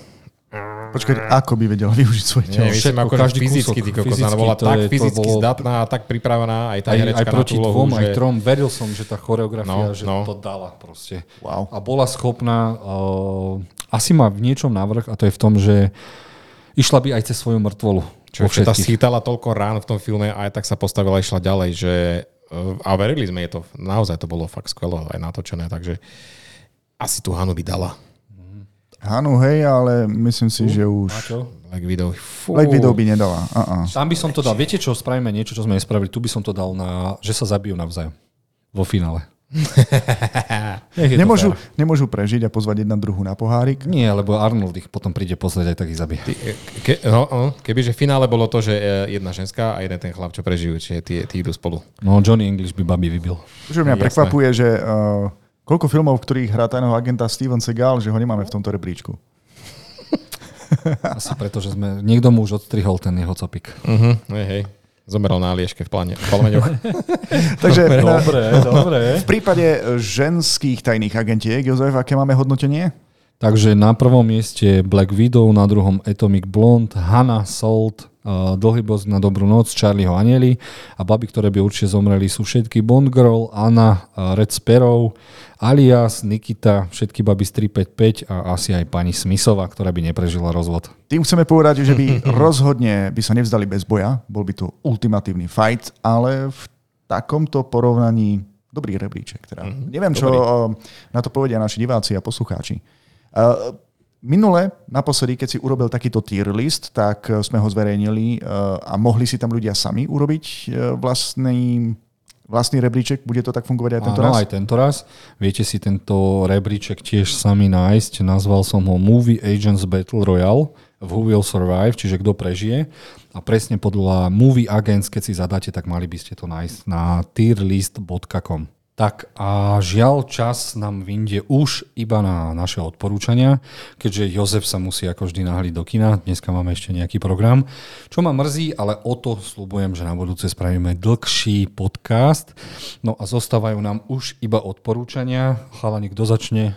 S2: Počkaj, ako by vedela využiť svoje telo?
S3: Nie, myslím,
S1: všetko,
S3: ako každý
S1: každý
S3: fyzicky,
S1: kúsok.
S3: ty kokos, ona
S1: Fyzicky
S3: bola
S1: to je-
S3: tak
S1: to
S3: fyzicky
S1: bolo-
S3: zdatná a tak pripravená aj tá
S1: Aj,
S3: herečka
S1: aj proti
S3: na tú úlohu,
S1: dvom,
S3: že...
S1: aj trom. Veril som, že tá choreografia, no,
S3: No,
S1: že no.
S3: no.
S1: to dala proste.
S2: Wow.
S1: A bola schopná, uh, asi má v niečom návrh a to je v tom, že išla by aj cez svoju mŕtvolu. vo
S3: Čo je, tá
S1: všetkých.
S3: schytala toľko rán v tom filme a aj tak sa postavila a išla ďalej, že e, a verili sme je to, naozaj to bolo fakt skvelo aj natočené, takže asi tú Hanu by dala.
S2: Hanu, hej, ale myslím si, že už...
S1: Maťo?
S3: Black Widow, fú,
S2: Black Widow by nedala. Uh-uh.
S1: Tam by som to dal. Viete čo, spravíme niečo, čo sme nespravili. Tu by som to dal na, že sa zabijú navzájom. Vo finále. Nech je to
S2: Nemôžu,
S1: fér. Mm.
S2: nemôžu prežiť a pozvať jedna druhú na pohárik.
S1: Nie, lebo Arnold ich potom príde pozrieť, aj tak ich zabije.
S3: Ty, e, Ke, no, no, kebyže v finále bolo to, že e, jedna ženská a jeden ten chlap, čo prežijú, čiže tí, tí idú spolu.
S1: No, Johnny English by babi vybil.
S2: Čo mňa prekvapuje, že uh, koľko filmov, v ktorých hrá tajného agenta Steven Seagal, že ho nemáme v tomto rebríčku.
S1: Asi preto, že sme, niekto mu už odstrihol ten jeho copik.
S3: Uh-huh, hej, hej. Zomeral na liežke v plane, v plameňoch.
S2: Takže
S1: No.
S2: na,
S1: dobre.
S2: v prípade ženských tajných agentiek, Jozef, aké máme hodnotenie?
S1: Takže na prvom mieste Black Widow, na druhom Atomic Blonde, Hannah, Salt, uh, Dlhý bosk na dobrú noc, Charlieho Anieli a baby, ktoré by určite zomreli sú všetky Bond Girl, Anna, uh, Red Sparrow, Alias, Nikita, všetky baby z 355 a asi aj pani Smisová, ktorá by neprežila rozvod.
S2: Tým chceme povedať, že by rozhodne by sa nevzdali bez boja, bol by to ultimatívny fight, ale v takomto porovnaní dobrý rebríček. Teda.
S1: Mhm,
S2: Neviem, čo o, na to povedia naši diváci a poslucháči. Uh, Minule, naposledy, keď si urobil takýto tier list, tak eh, sme ho zverejnili eh, a mohli si tam ľudia sami urobiť eh, vlastný, vlastný rebríček. Bude to tak fungovať aj tento
S1: Áno,
S2: raz?
S1: aj tento raz. Viete si tento rebríček tiež sami nájsť. Nazval som ho Movie Agents Battle Royale v Who Will Survive, čiže kto prežije. A presne podľa Movie Agents, keď si zadáte, tak mali by ste to nájsť na tierlist.com. Tak a žiaľ, čas nám vyjde už iba na naše odporúčania, keďže Jozef sa musí ako vždy nahliť do kina. Dneska máme ešte nejaký program, čo ma mrzí, ale o to slúbujem, že na budúce spravíme dlhší podcast. No a zostávajú nám už iba odporúčania. Chalani, kto začne?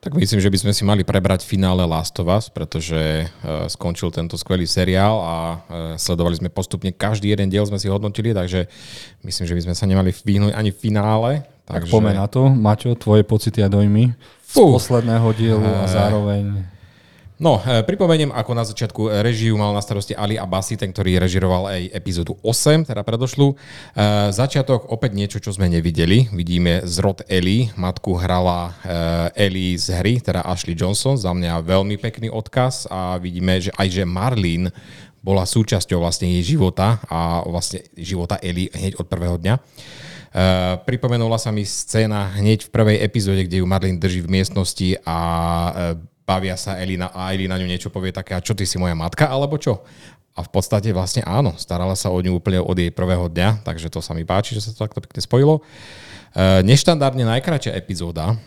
S3: Tak myslím, že by sme si mali prebrať finále Last of Us, pretože uh, skončil tento skvelý seriál a uh, sledovali sme postupne každý jeden diel, sme si hodnotili, takže myslím, že by sme sa nemali vyhnúť ani v finále.
S1: Tak
S3: Takže
S1: poďme na to. Maťo, tvoje pocity a dojmy
S3: Fú.
S1: z posledného dielu a zároveň...
S3: No, e, pripomeniem, ako na začiatku e, režiu mal na starosti Ali Abasi, ten, ktorý režiroval aj epizódu 8, teda predošlú. E, začiatok opäť niečo, čo sme nevideli. Vidíme zrod Ellie. Matku hrala e, Ellie z hry, teda Ashley Johnson. Za mňa veľmi pekný odkaz a vidíme, že aj že Marlene bola súčasťou vlastne jej života a vlastne života Ellie hneď od prvého dňa. Uh, pripomenula sa mi scéna hneď v prvej epizóde, kde ju Marlin drží v miestnosti a uh, bavia sa Elina a Elina ňu niečo povie také, a čo ty si moja matka, alebo čo? A v podstate vlastne áno, starala sa o ňu úplne od jej prvého dňa, takže to sa mi páči, že sa to takto pekne spojilo. Uh, neštandardne najkračšia epizóda,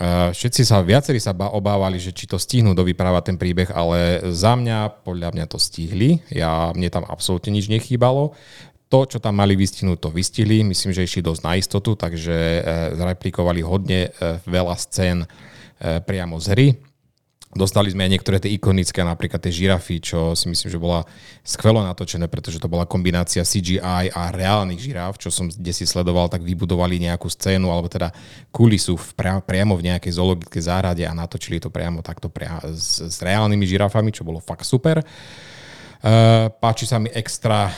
S3: Uh, všetci sa, viacerí sa ba- obávali, že či to stihnú dovyprávať ten príbeh, ale za mňa, podľa mňa to stihli. Ja, mne tam absolútne nič nechýbalo. To, čo tam mali vystihnúť, to vystihli. Myslím, že išli dosť na istotu, takže eh, zreplikovali hodne eh, veľa scén eh, priamo z hry. Dostali sme aj niektoré tie ikonické, napríklad tie žirafy, čo si myslím, že bola skvelo natočené, pretože to bola kombinácia CGI a reálnych žiraf, čo som kde si sledoval, tak vybudovali nejakú scénu, alebo teda kulisu v pria- priamo v nejakej zoologickej záhrade a natočili to priamo takto pria- s, s reálnymi žirafami, čo bolo fakt super. Uh, páči sa mi extra uh,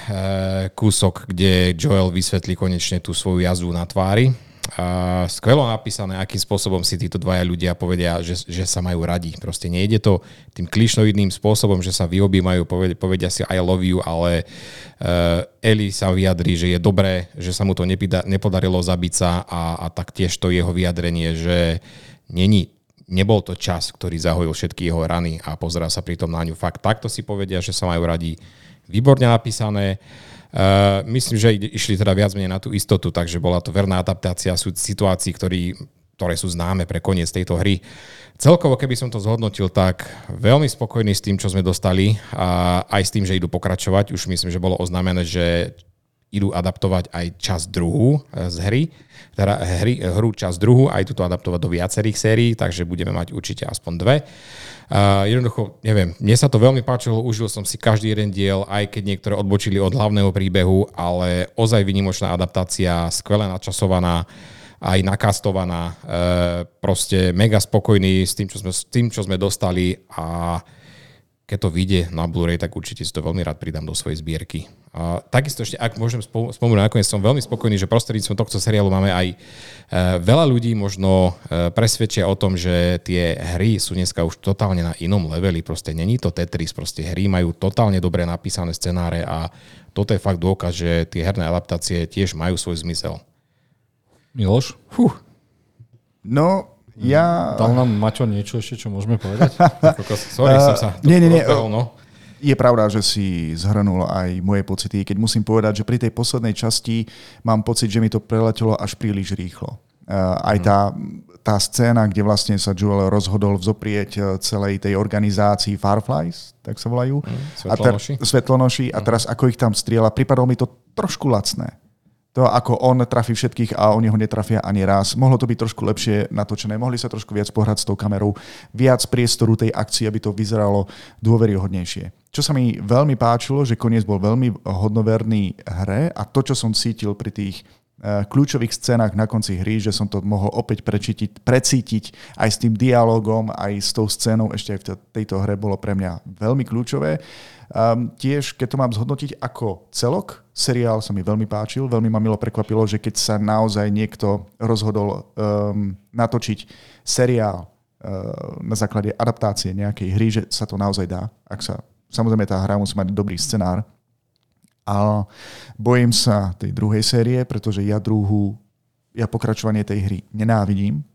S3: kúsok, kde Joel vysvetlí konečne tú svoju jazdu na tvári. Uh, skvelo napísané, akým spôsobom si títo dvaja ľudia povedia, že, že sa majú radi. Proste nejde to tým klišnoidným spôsobom, že sa vyobímajú, povedia, povedia si I love you, ale uh, Eli sa vyjadrí, že je dobré, že sa mu to nepida, nepodarilo zabiť sa a, a taktiež to jeho vyjadrenie, že není nebol to čas, ktorý zahojil všetky jeho rany a pozerá sa pritom na ňu fakt. Takto si povedia, že sa majú radi. Výborne napísané. E, Uh, myslím, že ide- išli teda viac menej na tú istotu, takže bola to verná adaptácia sú- situácií, ktorý, ktoré sú známe pre koniec tejto hry. Celkovo, keby som to zhodnotil, tak veľmi spokojný s tým, čo sme dostali a aj s tým, že idú pokračovať. Už myslím, že bolo oznámené, že idú adaptovať aj čas druhú z hry, teda hry, hru čas druhú, aj túto adaptovať do viacerých sérií, takže budeme mať určite aspoň dve. Uh, jednoducho, neviem, mne sa to veľmi páčilo, užil som si každý jeden diel, aj keď niektoré odbočili od hlavného príbehu, ale ozaj vynimočná adaptácia, skvele načasovaná, aj nakastovaná, e, proste mega spokojný s tým, čo sme, s tým, čo sme dostali a keď to vyjde na Blu-ray, tak určite si to veľmi rád pridám do svojej zbierky. A takisto ešte, ak môžem spomenúť, nakoniec som veľmi spokojný, že prostredníctvom tohto seriálu máme aj e, veľa ľudí možno e, presvedčia o tom, že tie hry sú dneska už totálne na inom leveli. Proste není to Tetris, proste hry majú totálne dobre napísané scenáre a toto je fakt dôkaz, že tie herné adaptácie tiež majú svoj zmysel.
S1: Miloš,
S3: Huh,
S2: No, ja...
S1: dal nám Maťo niečo ešte, čo môžeme povedať?
S3: kokos, sorry, som sa
S2: nie, nie, nie.
S3: rozbehol, no.
S2: Je pravda, že si zhrnul aj moje pocity, keď musím povedať, že pri tej poslednej časti mám pocit, že mi to preletelo až príliš rýchlo. Eh, Aj tá, tá scéna, kde vlastne sa Joel rozhodol vzoprieť eh, celej tej organizácii Fireflies, tak sa volajú. A ter-
S3: Svetlonoši.
S2: svetlonoši a teraz ako ich tam strieľa, pripadalo mi to trošku lacné. To, ako on trafí všetkých a oni ho netrafia ani raz. Mohlo to byť trošku lepšie natočené, mohli sa trošku viac pohrať s tou kamerou, viac priestoru tej akcie, aby to vyzeralo dôveryhodnejšie. Čo sa mi veľmi páčilo, že koniec bol veľmi hodnoverný hre a to, čo som cítil pri tých eh, kľúčových scénach na konci hry, že som to mohol opäť prečítiť, precítiť aj s tým dialogom, aj s tou scénou ešte aj v te- tejto hre bolo pre mňa veľmi kľúčové. Um, tiež, keď to mám zhodnotiť ako celok, seriál sa mi veľmi páčil, veľmi ma milo prekvapilo, že keď sa naozaj niekto rozhodol um, natočiť seriál uh, na základe adaptácie nejakej hry, že sa to naozaj dá. Ak sa, samozrejme, tá hra musí mať dobrý scenár. A bojím sa tej druhej série, pretože ja druhú, ja pokračovanie tej hry nenávidím.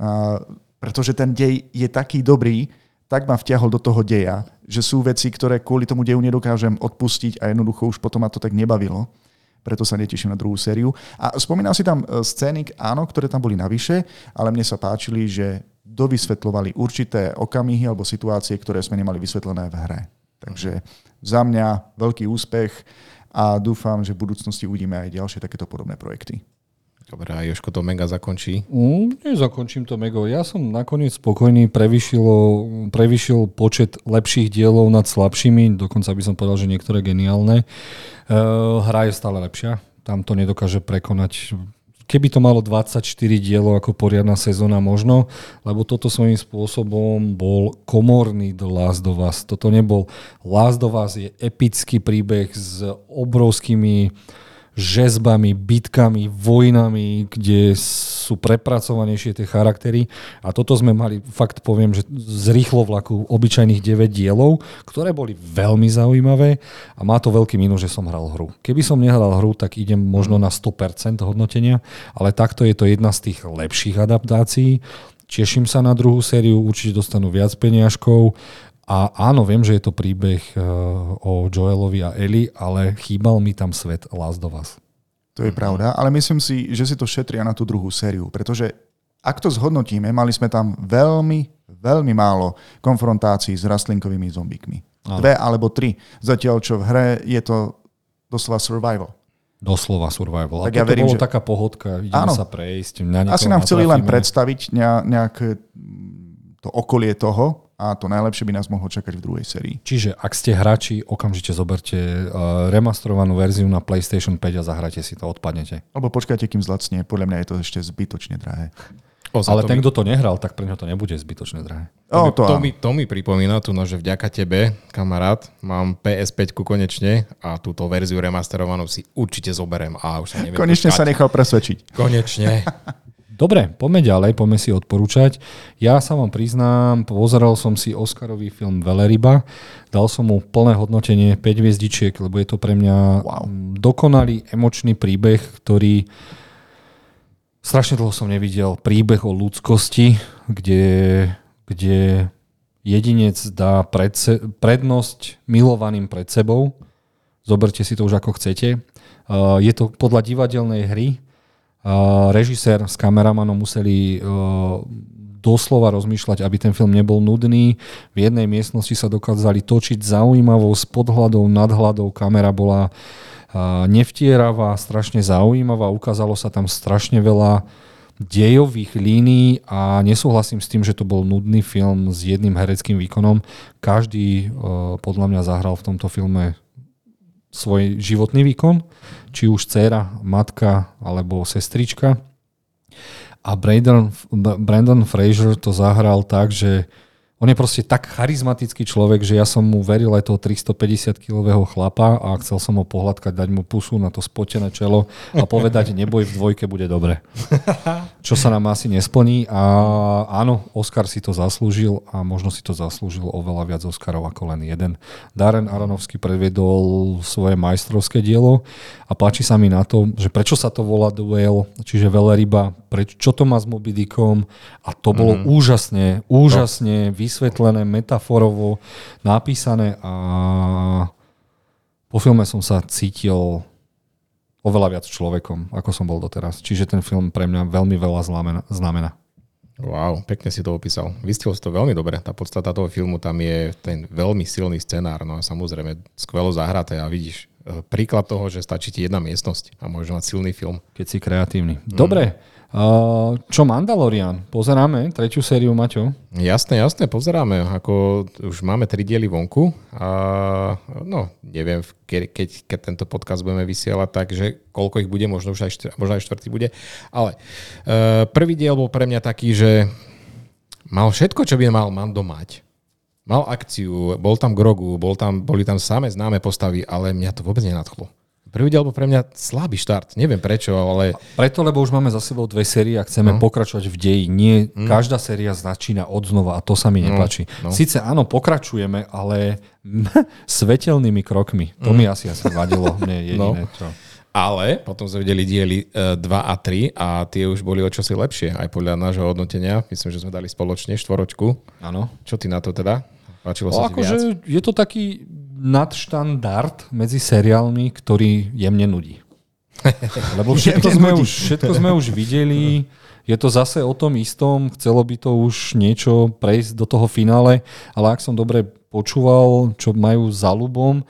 S2: A pretože ten dej je taký dobrý, tak ma vťahol do toho deja, že sú veci, ktoré kvôli tomu deju nedokážem odpustiť a jednoducho už potom ma to tak nebavilo. Preto sa neteším na druhú sériu. A spomínal si tam e, scény, áno, ktoré tam boli navyše, ale mne sa páčili, že dovysvetľovali určité okamihy alebo situácie, ktoré sme nemali vysvetlené v hre. Takže za mňa veľký úspech a dúfam, že v budúcnosti uvidíme aj ďalšie takéto podobné projekty.
S3: Dobre, a Joško to mega zakončí.
S1: Mm, nezakončím to mego. Ja som nakoniec spokojný, prevyšilo, prevyšil počet lepších dielov nad slabšími, dokonca by som povedal, že niektoré geniálne. Uh, hra je stále lepšia, tam to nedokáže prekonať. Keby to malo 24 dielov ako poriadna sezóna možno, lebo toto svojím spôsobom bol komorný The Last of Us. Toto nebol Last of Us je epický príbeh s obrovskými žezbami, bitkami, vojnami, kde sú prepracovanejšie tie charaktery. A toto sme mali, fakt poviem, že z rýchlo vlaku obyčajných 9 dielov, ktoré boli veľmi zaujímavé a má to veľký minus, že som hral hru. Keby som nehral hru, tak idem možno na 100% hodnotenia, ale takto je to jedna z tých lepších adaptácií. Teším sa na druhú sériu, určite dostanú viac peniažkov. A áno, viem, že je to príbeh eh, o Joelovi a Eli, ale chýbal mi tam svet Last of Us.
S2: To je
S3: Mhm.
S2: pravda, ale myslím si, že si to šetria na tú druhú sériu, pretože ak to zhodnotíme, mali sme tam veľmi, veľmi málo konfrontácií s rastlinkovými zombíkmi. Dve alebo tri. Zatiaľ, čo v hre je to doslova survival.
S1: Doslova survival.
S2: Tak
S1: a
S2: ja
S1: toto
S2: verím,
S1: bolo
S2: že-
S1: taká pohodka, ideme
S2: Áno.
S1: sa prejsť. Na niekoho
S2: Asi nám chceli len
S1: natrafíme.
S2: predstaviť nea- nejaké mm, to okolie toho a to najlepšie by nás mohlo čakať v druhej sérii.
S1: Čiže ak ste hráči, okamžite zoberte eh, remastrovanú verziu na PlayStation 5 a zahrajte si to, odpadnete.
S2: Alebo počkajte, kým zlacne. Podľa mňa je to ešte zbytočne drahé.
S3: O, za
S1: Ale
S3: to
S1: ten,
S3: mi-
S1: kto to nehral, tak pre ňo to nebude zbytočne drahé.
S2: O, No, to,
S3: to, No, to,
S2: áno.
S3: mi, to mi pripomína tu, no, že vďaka tebe, kamarát, mám PS5 konečne a túto verziu remasterovanú si určite zoberem a už sa neviem.
S2: Konečne sa
S3: dočkať.
S2: nechal presvedčiť.
S3: Konečne.
S1: Dobre, poďme ďalej, poďme si odporúčať. Ja sa vám priznám, pozeral som si Oscarový film Veleryba, dal som mu plné hodnotenie 5 hviezdičiek, lebo je to pre mňa
S2: Wow.
S1: mm, dokonalý emočný príbeh, ktorý strašne dlho som nevidel. Príbeh o ľudskosti, kde, kde jedinec dá predse, prednosť milovaným pred sebou. Zoberte si to už ako chcete. Uh, Je to podľa divadelnej hry režisér s kameramanom museli doslova rozmýšľať, aby ten film nebol nudný. V jednej miestnosti sa dokázali točiť zaujímavou s podhľadou, nadhľadou. Kamera bola nevtieravá, strašne zaujímavá. Ukázalo sa tam strašne veľa dejových línií a nesúhlasím s tým, že to bol nudný film s jedným hereckým výkonom. Každý e, podľa mňa zahral v tomto filme svoj životný výkon, či už dcéra, matka alebo sestrička. A Brandon, Brandon Fraser to zahral tak, že on je proste tak charizmatický človek, že ja som mu veril aj toho 350-kilového chlapa a chcel som ho pohľadkať, dať mu pusu na to spotené čelo a povedať, neboj, v dvojke bude dobre. Čo sa nám asi nesplní a áno, Oscar si to zaslúžil a možno si to zaslúžil oveľa viac Oscarov ako len jeden. Darren Aronovský previedol svoje majstrovské dielo a páči sa mi na to, že prečo sa to volá The Whale, čiže veľryba, preč, čo to má s Moby Dickom a to bolo mm. úžasne, úžasne no vysvetlené, metaforovo napísané a po filme som sa cítil oveľa viac človekom, ako som bol doteraz. Čiže ten film pre mňa veľmi veľa znamená.
S3: Wow, pekne si to opísal. Vystihol si to veľmi dobre. Tá podstata toho filmu tam je ten veľmi silný scenár. No a samozrejme, skvelo zahraté a vidíš e, príklad toho, že stačí ti jedna miestnosť a môžeš mať silný film.
S1: Keď si kreatívny. Dobre, mm. Uh, čo Mandalorian? Pozeráme tretiu sériu, Maťo?
S3: Jasné, jasné, pozeráme. Ako už máme tri diely vonku. A no, neviem, keď, keď, keď tento podcast budeme vysielať, takže koľko ich bude, možno už aj, štr- možno aj štvrtý bude. Ale uh, prvý diel bol pre mňa taký, že mal všetko, čo by mal Mando mať. Mal akciu, bol tam Grogu, bol tam, boli tam samé známe postavy, ale mňa to vôbec nenadchlo prvý diel bol pre mňa slabý štart. Neviem prečo, ale...
S1: Preto, lebo už máme za sebou dve série a chceme no. pokračovať v deji. Nie, mm. každá séria začína od znova a to sa mi nepáči. No. No. Sice áno, pokračujeme, ale svetelnými krokmi. To mm. mi asi asi vadilo. Mne jediné, no. čo...
S3: Ale potom sme videli diely 2 a 3 a tie už boli o čosi lepšie, aj podľa nášho hodnotenia. Myslím, že sme dali spoločne štvorečku.
S1: Áno.
S3: Čo ty na to teda? Páčilo
S1: no, sa ti viac? Je to taký nadštandard medzi seriálmi, ktorý jemne nudí. Lebo všetko sme, už, všetko sme už videli, je to zase o tom istom, chcelo by to už niečo prejsť do toho finále, ale ak som dobre počúval, čo majú za ľubom uh,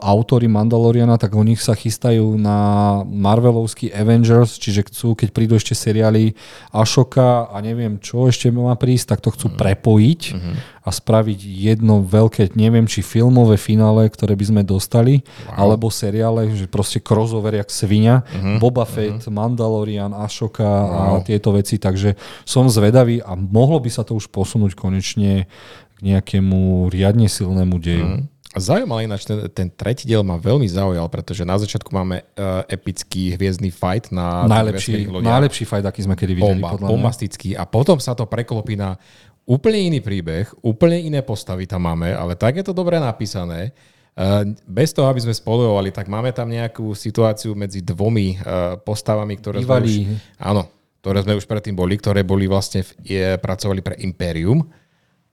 S1: autory Mandaloriana, tak o nich sa chystajú na Marvelovský Avengers, čiže chcú, keď prídu ešte seriály Ashoka a neviem čo ešte má prísť, tak to chcú prepojiť mm-hmm. a spraviť jedno veľké, neviem či filmové finále, ktoré by sme dostali, wow. alebo seriále, že proste crossover jak svinia, mm-hmm. Boba Fett, mm-hmm. Mandalorian, Ashoka wow. a tieto veci, takže som zvedavý a mohlo by sa to už posunúť konečne nejakému riadne silnému deju. Mm.
S3: Zaujímal ináč, ten, ten tretí diel ma veľmi zaujal, pretože na začiatku máme uh, epický hviezdny fight na
S1: najlepší, najlepší fight, aký sme kedy videli.
S3: Bomba, podľa bombastický a potom sa to preklopí na úplne iný príbeh, úplne iné postavy tam máme, ale tak je to dobre napísané. Uh, bez toho, aby sme spolujovali, tak máme tam nejakú situáciu medzi dvomi uh, postavami, ktoré
S1: Bývalí.
S3: sme už, áno, ktoré sme už predtým boli, ktoré boli vlastne v, je, pracovali pre Imperium.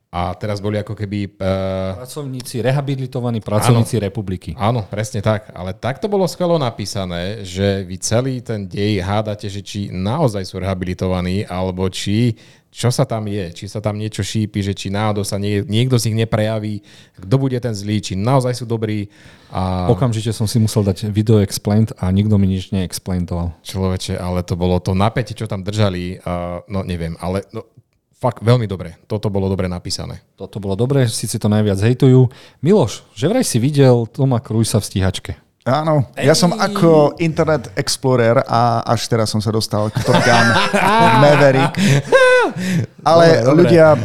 S3: A teraz boli ako keby... e,
S1: Uh... Pracovníci, rehabilitovaní pracovníci áno, republiky.
S3: Áno, presne tak. Ale tak to bolo skvelo napísané, že vy celý ten dej hádate, že či naozaj sú rehabilitovaní, alebo či čo sa tam je, či sa tam niečo šípi, že či náhodou sa nie, niekto z nich neprejaví, kto bude ten zlý, či naozaj sú dobrí.
S1: A... Okamžite som si musel dať video explained a nikto mi nič neexplaintoval.
S3: Človeče, ale to bolo to napätie, čo tam držali, uh, no neviem, ale no, fakt veľmi dobre. Toto bolo dobre napísané.
S1: Toto bolo dobre, síce to najviac hejtujú. Miloš, že vraj si videl Toma Cruisa v stíhačke.
S2: Áno, ja som ako Internet Explorer a až teraz som sa dostal k Top Gun Maverick. Ale dobre, dobre. ľudia, eh,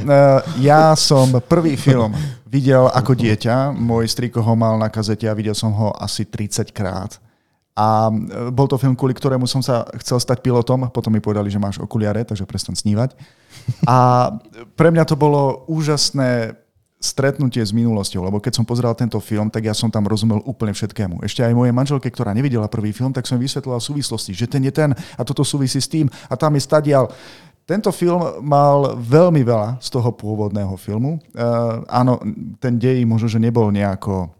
S2: ja som prvý film videl ako dieťa. Môj striko ho mal na kazete a videl som ho asi 30 krát. A eh, bol to film, kvôli ktorému som sa chcel stať pilotom. Potom mi povedali, že máš okuliare, takže prestan snívať. A pre mňa to bolo úžasné stretnutie s minulosťou, lebo keď som pozeral tento film, tak ja som tam rozumel úplne všetkému. Ešte aj mojej manželke, ktorá nevidela prvý film, tak som vysvetlila súvislosti, že ten je ten a toto súvisí s tým a tam je stadial. Tento film mal veľmi veľa z toho pôvodného filmu. Uh, áno, ten dej možno, že nebol e, nejako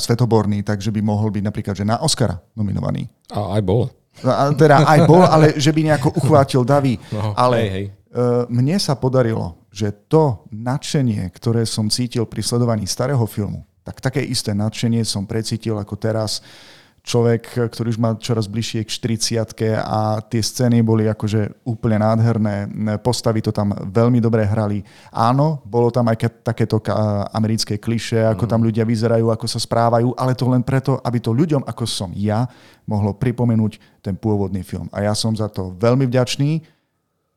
S2: svetoborný, takže by mohol byť napríklad že na Oscara nominovaný.
S3: A aj bol.
S2: A teda aj bol, ale že by nejako uchvátil davy.
S3: No,
S2: ale
S3: hej, hej.
S2: e, mne sa podarilo, že to nadšenie, ktoré som cítil pri sledovaní starého filmu, tak také isté nadšenie som precítil ako teraz človek, ktorý už má čoraz bližšie k 40 a tie scény boli akože úplne nádherné, postavy to tam veľmi dobre hrali. Áno, bolo tam aj ke- takéto ka- americké kliše, ako tam ľudia vyzerajú, ako sa správajú, ale to len preto, aby to ľuďom, ako som ja, mohlo pripomenúť ten pôvodný film. A ja som za to veľmi vďačný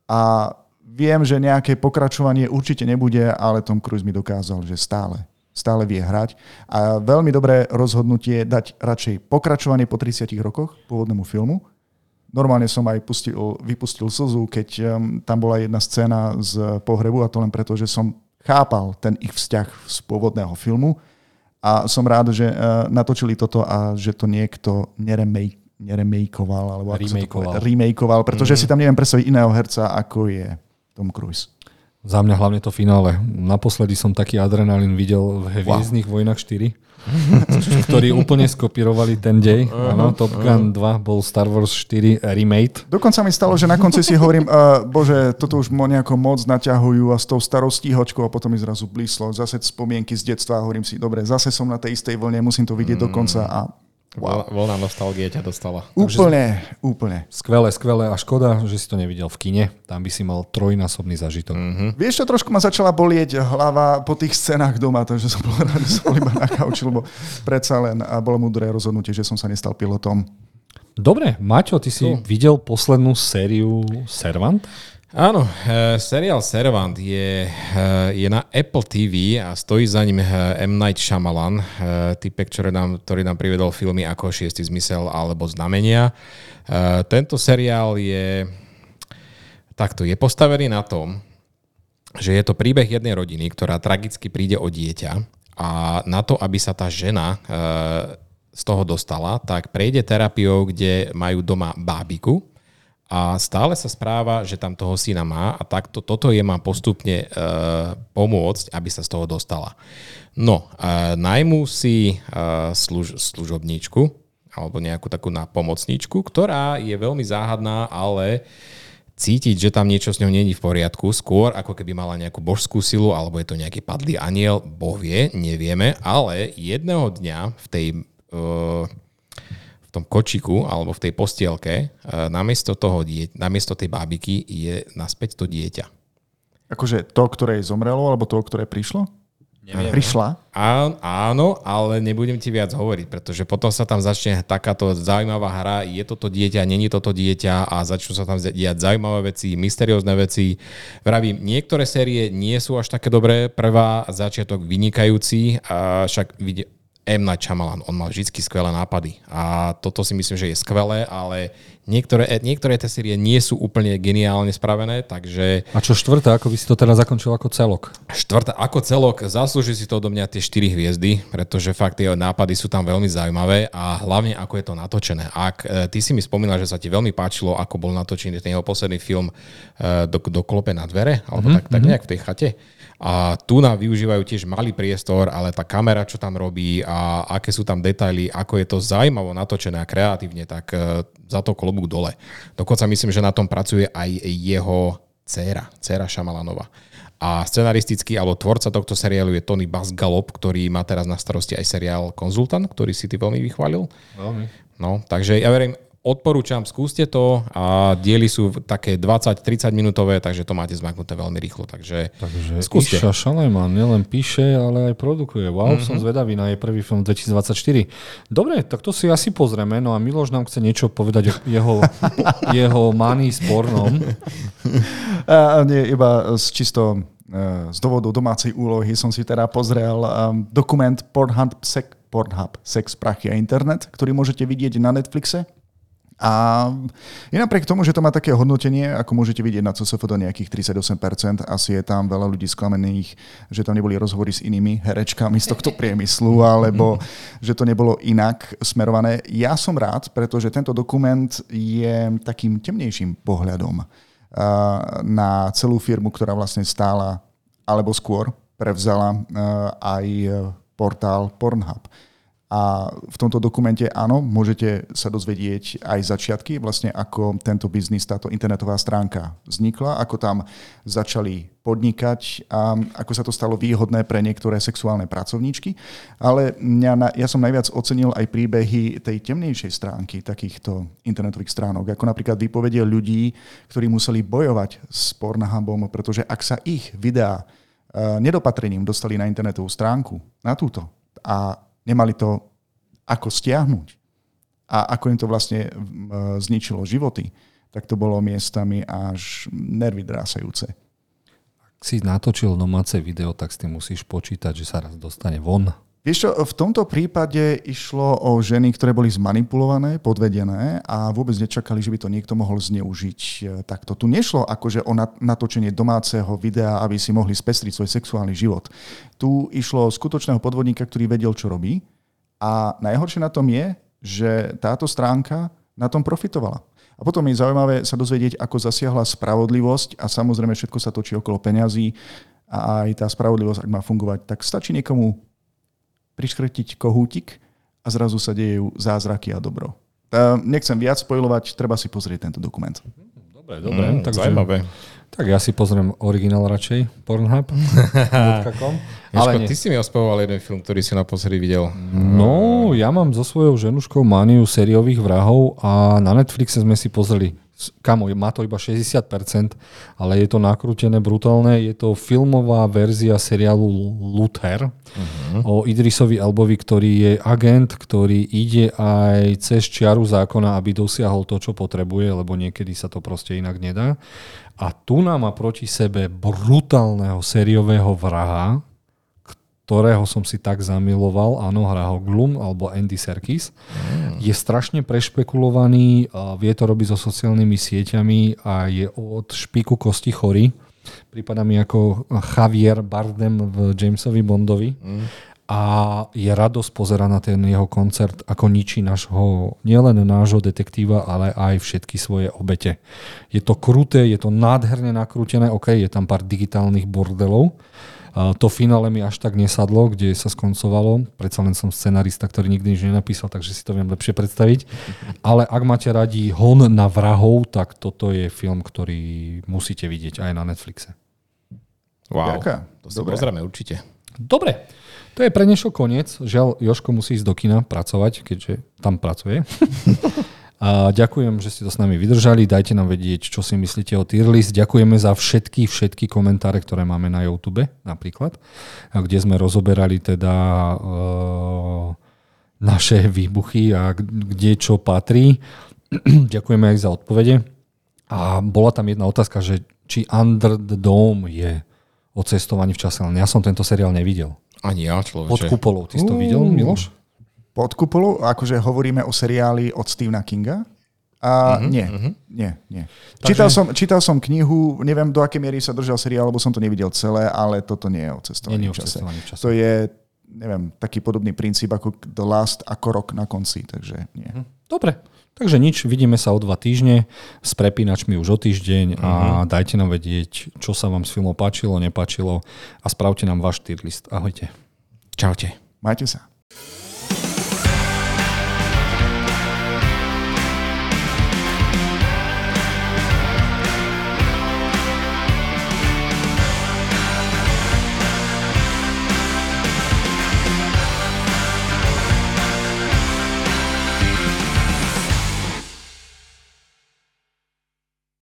S2: a viem, že nejaké pokračovanie určite nebude, ale Tom Cruise mi dokázal, že stále stále vie hrať. A veľmi dobré rozhodnutie dať radšej pokračovanie po 30 rokoch pôvodnému filmu. Normálne som aj pustil, vypustil slzu, keď um, tam bola jedna scéna z pohrebu a to len preto, že som chápal ten ich vzťah z pôvodného filmu a som rád, že uh, natočili toto a že to niekto neremake, neremakeoval, alebo ako sa to
S1: Remakeoval.
S2: povie- remakeoval, pretože si tam neviem predstaviť iného herca, ako je Tom Cruise.
S1: Za mňa hlavne to finále. Naposledy som taký adrenalín videl v Hviezdnych vojnách 4, ktorí úplne skopírovali ten dej. Áno, Top Gun 2 bol Star Wars 4 remake.
S2: Dokonca mi stalo, že na konci si hovorím, uh, bože, toto už mo nejako moc naťahujú a s tou starou stíhačkou a potom mi zrazu blíslo. Zase spomienky z detstva a hovorím si, dobre, zase som na tej istej vlne, musím to vidieť mm. do konca a
S3: Wow. Voľná nostalgie ťa dostala.
S2: úplne, úplne.
S1: Skvelé, skvelé a škoda, že si to nevidel v kine. Tam by si mal trojnásobný zažitok. Mm-hmm.
S2: Vieš čo, trošku ma začala bolieť hlava po tých scénách doma, takže som bol rád, že som bol iba na kauči, lebo predsa len a bolo mudré rozhodnutie, že som sa nestal pilotom.
S1: Dobre, Maťo, ty si videl poslednú sériu Servant?
S3: Áno, e, seriál Servant je, e, je na Apple TV a stojí za ním e, M. Night Shyamalan, e, typek, ktorý nám, ktorý nám privedol filmy ako Šiestý zmysel alebo Znamenia. E, Tento seriál je takto, je postavený na tom, že je to príbeh jednej rodiny, ktorá tragicky príde o dieťa a na to, aby sa tá žena e, z toho dostala, tak prejde terapiou, kde majú doma bábiku a stále sa správa, že tam toho syna má a takto toto je má postupne e, pomôcť, aby sa z toho dostala. No, e, najmú si e, služ, služobníčku alebo nejakú takú na pomocníčku, ktorá je veľmi záhadná, ale cítiť, že tam niečo s ňou není v poriadku, skôr ako keby mala nejakú božskú silu, alebo je to nejaký padlý aniel, boh vie, nevieme, ale jedného dňa v tej eh, v tom kočiku alebo v tej postielke eh, namiesto, toho dieť, namiesto tej bábiky je naspäť to dieťa.
S2: Akože to, ktoré zomrelo, alebo to, ktoré prišlo? Neviem. no. Prišla?
S3: Á- Áno, ale nebudem ti viac hovoriť, pretože potom sa tam začne takáto zaujímavá hra, je toto dieťa, není toto dieťa a začnú sa tam diať zaujímavé veci, mysteriózne veci. Vravím, niektoré série nie sú až také dobré. Prvá, začiatok vynikajúci, a však vidie, M. Night Shyamalan, on mal vždy skvelé nápady a toto si myslím, že je skvelé, ale niektoré, e- niektoré tie série nie sú úplne geniálne spravené, takže
S1: A čo štvrtá, ako by si to teraz zakončil ako celok?
S3: Štvrtá, ako celok, zaslúži si to do mňa tie 4 hviezdy, pretože fakt tie nápady sú tam veľmi zaujímavé a hlavne ako je to natočené. Ak e, ty si mi spomínal, že sa ti veľmi páčilo, ako bol natočený ten jeho posledný film e, do, do klope na dvere, alebo mm-hmm. tak, tak nejak v tej chate. A tu nám využívajú tiež malý priestor, ale tá kamera, čo tam robí a aké sú tam detaily, ako je to zaujímavo natočené a kreatívne, tak e, za to klobúk dole. Dokonca myslím, že na tom pracuje aj jeho dcéra, dcéra Šamalanova. A scenaristický alebo tvorca tohto seriálu je Tony Basgalop, ktorý má teraz na starosti aj seriál Konzultant, ktorý si ty veľmi vychválil. Veľmi. No, takže ja verím, odporúčam, skúste to a diely sú také 20-30 minútové, takže to máte zmaknuté veľmi rýchlo. Takže, takže skúste. Mhm.
S1: Iša Šalajman nielen píše, ale aj produkuje. Wow, mm-hmm. som zvedavý na jej prvý film 2024. Dobre, tak to si asi pozrieme. No a Miloš nám chce niečo povedať o jeho, jeho manii s pornom.
S2: A nie, iba z čisto eh, z dôvodu domácej úlohy som si teda pozrel ehm, dokument Pornhub, Sek, Pornhub Sex, prachy a internet, ktorý môžete vidieť na Netflixe. A je napriek tomu, že to má také hodnotenie, ako môžete vidieť na CSF do nejakých 38%, asi je tam veľa ľudí sklamených, že tam neboli rozhovory s inými herečkami z tohto priemyslu, alebo že to nebolo inak smerované. Ja som rád, pretože tento dokument je takým temnejším pohľadom a na celú firmu, ktorá vlastne stála, alebo skôr prevzala eh, aj eh, portál e, Pornhub. A v tomto dokumente áno, môžete sa dozvedieť aj začiatky, vlastne ako tento biznis, táto internetová stránka vznikla, ako tam začali podnikať a ako sa to stalo výhodné pre niektoré sexuálne pracovníčky. Ale mňa, ja som najviac ocenil aj príbehy tej temnejšej stránky takýchto internetových stránok, ako napríklad výpovedie ľudí, ktorí museli bojovať s Pornhubom, pretože ak sa ich videá eh, nedopatrením dostali na internetovú stránku, na túto, a nemali to ako stiahnuť a ako im to vlastne zničilo životy, tak to bolo miestami až nervy drásajúce.
S1: Ak si natočil domáce video, tak s tým musíš počítať, že sa raz dostane von.
S2: Vieš čo, v tomto prípade išlo o ženy, ktoré boli zmanipulované, podvedené a vôbec nečakali, že by to niekto mohol zneužiť takto. Tu nešlo akože o natočenie domáceho videa, aby si mohli spestriť svoj sexuálny život. Tu išlo o skutočného podvodníka, ktorý vedel, čo robí a najhoršie na tom je, že táto stránka na tom profitovala. A potom je zaujímavé sa dozvedieť, ako zasiahla spravodlivosť a samozrejme všetko sa točí okolo peňazí a aj tá spravodlivosť, ak má fungovať, tak stačí niekomu priškrtiť kohútik a zrazu sa dejú zázraky a dobro. Nechcem viac spojovať, treba si pozrieť tento dokument.
S3: Dobre, dobre. Mm, takže, zaujímavé.
S1: Tak ja si pozriem originál radšej, Pornhub.
S3: Ale Miško, ty si mi ospevoval jeden film, ktorý si naposledy videl.
S1: No, ja mám so svojou ženuškou maniu sériových vrahov a na Netflixe sme si pozreli kamo, má to iba 60%, ale je to nakrútené, brutálne. Je to filmová verzia seriálu Luther uh-huh. o Idrisovi Elbovi, ktorý je agent, ktorý ide aj cez čiaru zákona, aby dosiahol to, čo potrebuje, lebo niekedy sa to proste inak nedá. A tu nám má proti sebe brutálneho seriového vraha, ktorého som si tak zamiloval, áno, hrá ho Glum alebo Andy Serkis. Mm. Je strašne prešpekulovaný, vie to robiť so sociálnymi sieťami a je od špiku kosti chorý. Prípada mi ako Javier Bardem v Jamesovi Bondovi. Mm. A je radosť pozera na ten jeho koncert, ako ničí nášho, nielen nášho detektíva, ale aj všetky svoje obete. Je to kruté, je to nádherne nakrútené, ok, je tam pár digitálnych bordelov, to finále mi až tak nesadlo, kde sa skoncovalo. Predsa len som scenarista, ktorý nikdy nič nenapísal, takže si to viem lepšie predstaviť. Ale ak máte radi hon na vrahov, tak toto je film, ktorý musíte vidieť aj na Netflixe.
S3: Wow, Ďaká. to si Dobre. pozrieme určite.
S1: Dobre, to je pre dnešok koniec. Žiaľ, Joško musí ísť do kina pracovať, keďže tam pracuje. A ďakujem, že ste to s nami vydržali. Dajte nám vedieť, čo si myslíte o tier list. Ďakujeme za všetky, všetky komentáre, ktoré máme na YouTube napríklad, kde sme rozoberali teda uh, naše výbuchy a kde čo patrí. ďakujeme aj za odpovede. A bola tam jedna otázka, že či Under the Dome je o cestovaní v čase. Ja som tento seriál nevidel.
S3: Ani ja, človeče.
S1: Pod kupolou. Ty si to videl, Miloš?
S2: pod kupolu, akože hovoríme o seriáli od Stephena Kinga. A uh-huh, nie, uh-huh. nie, nie. Takže... Čítal, som, čítal som knihu, neviem do akej miery sa držal seriál, lebo som to nevidel celé, ale toto nie je o cestovaní v čase. čase. To je, neviem, taký podobný princíp ako The Last, ako rok na konci, takže nie. Uh-huh.
S1: Dobre, takže nič, vidíme sa o dva týždne, s prepínačmi už o týždeň uh-huh. a dajte nám vedieť, čo sa vám s filmom páčilo, nepáčilo a spravte nám váš tier list. Ahojte.
S3: Čaute.
S2: Majte sa.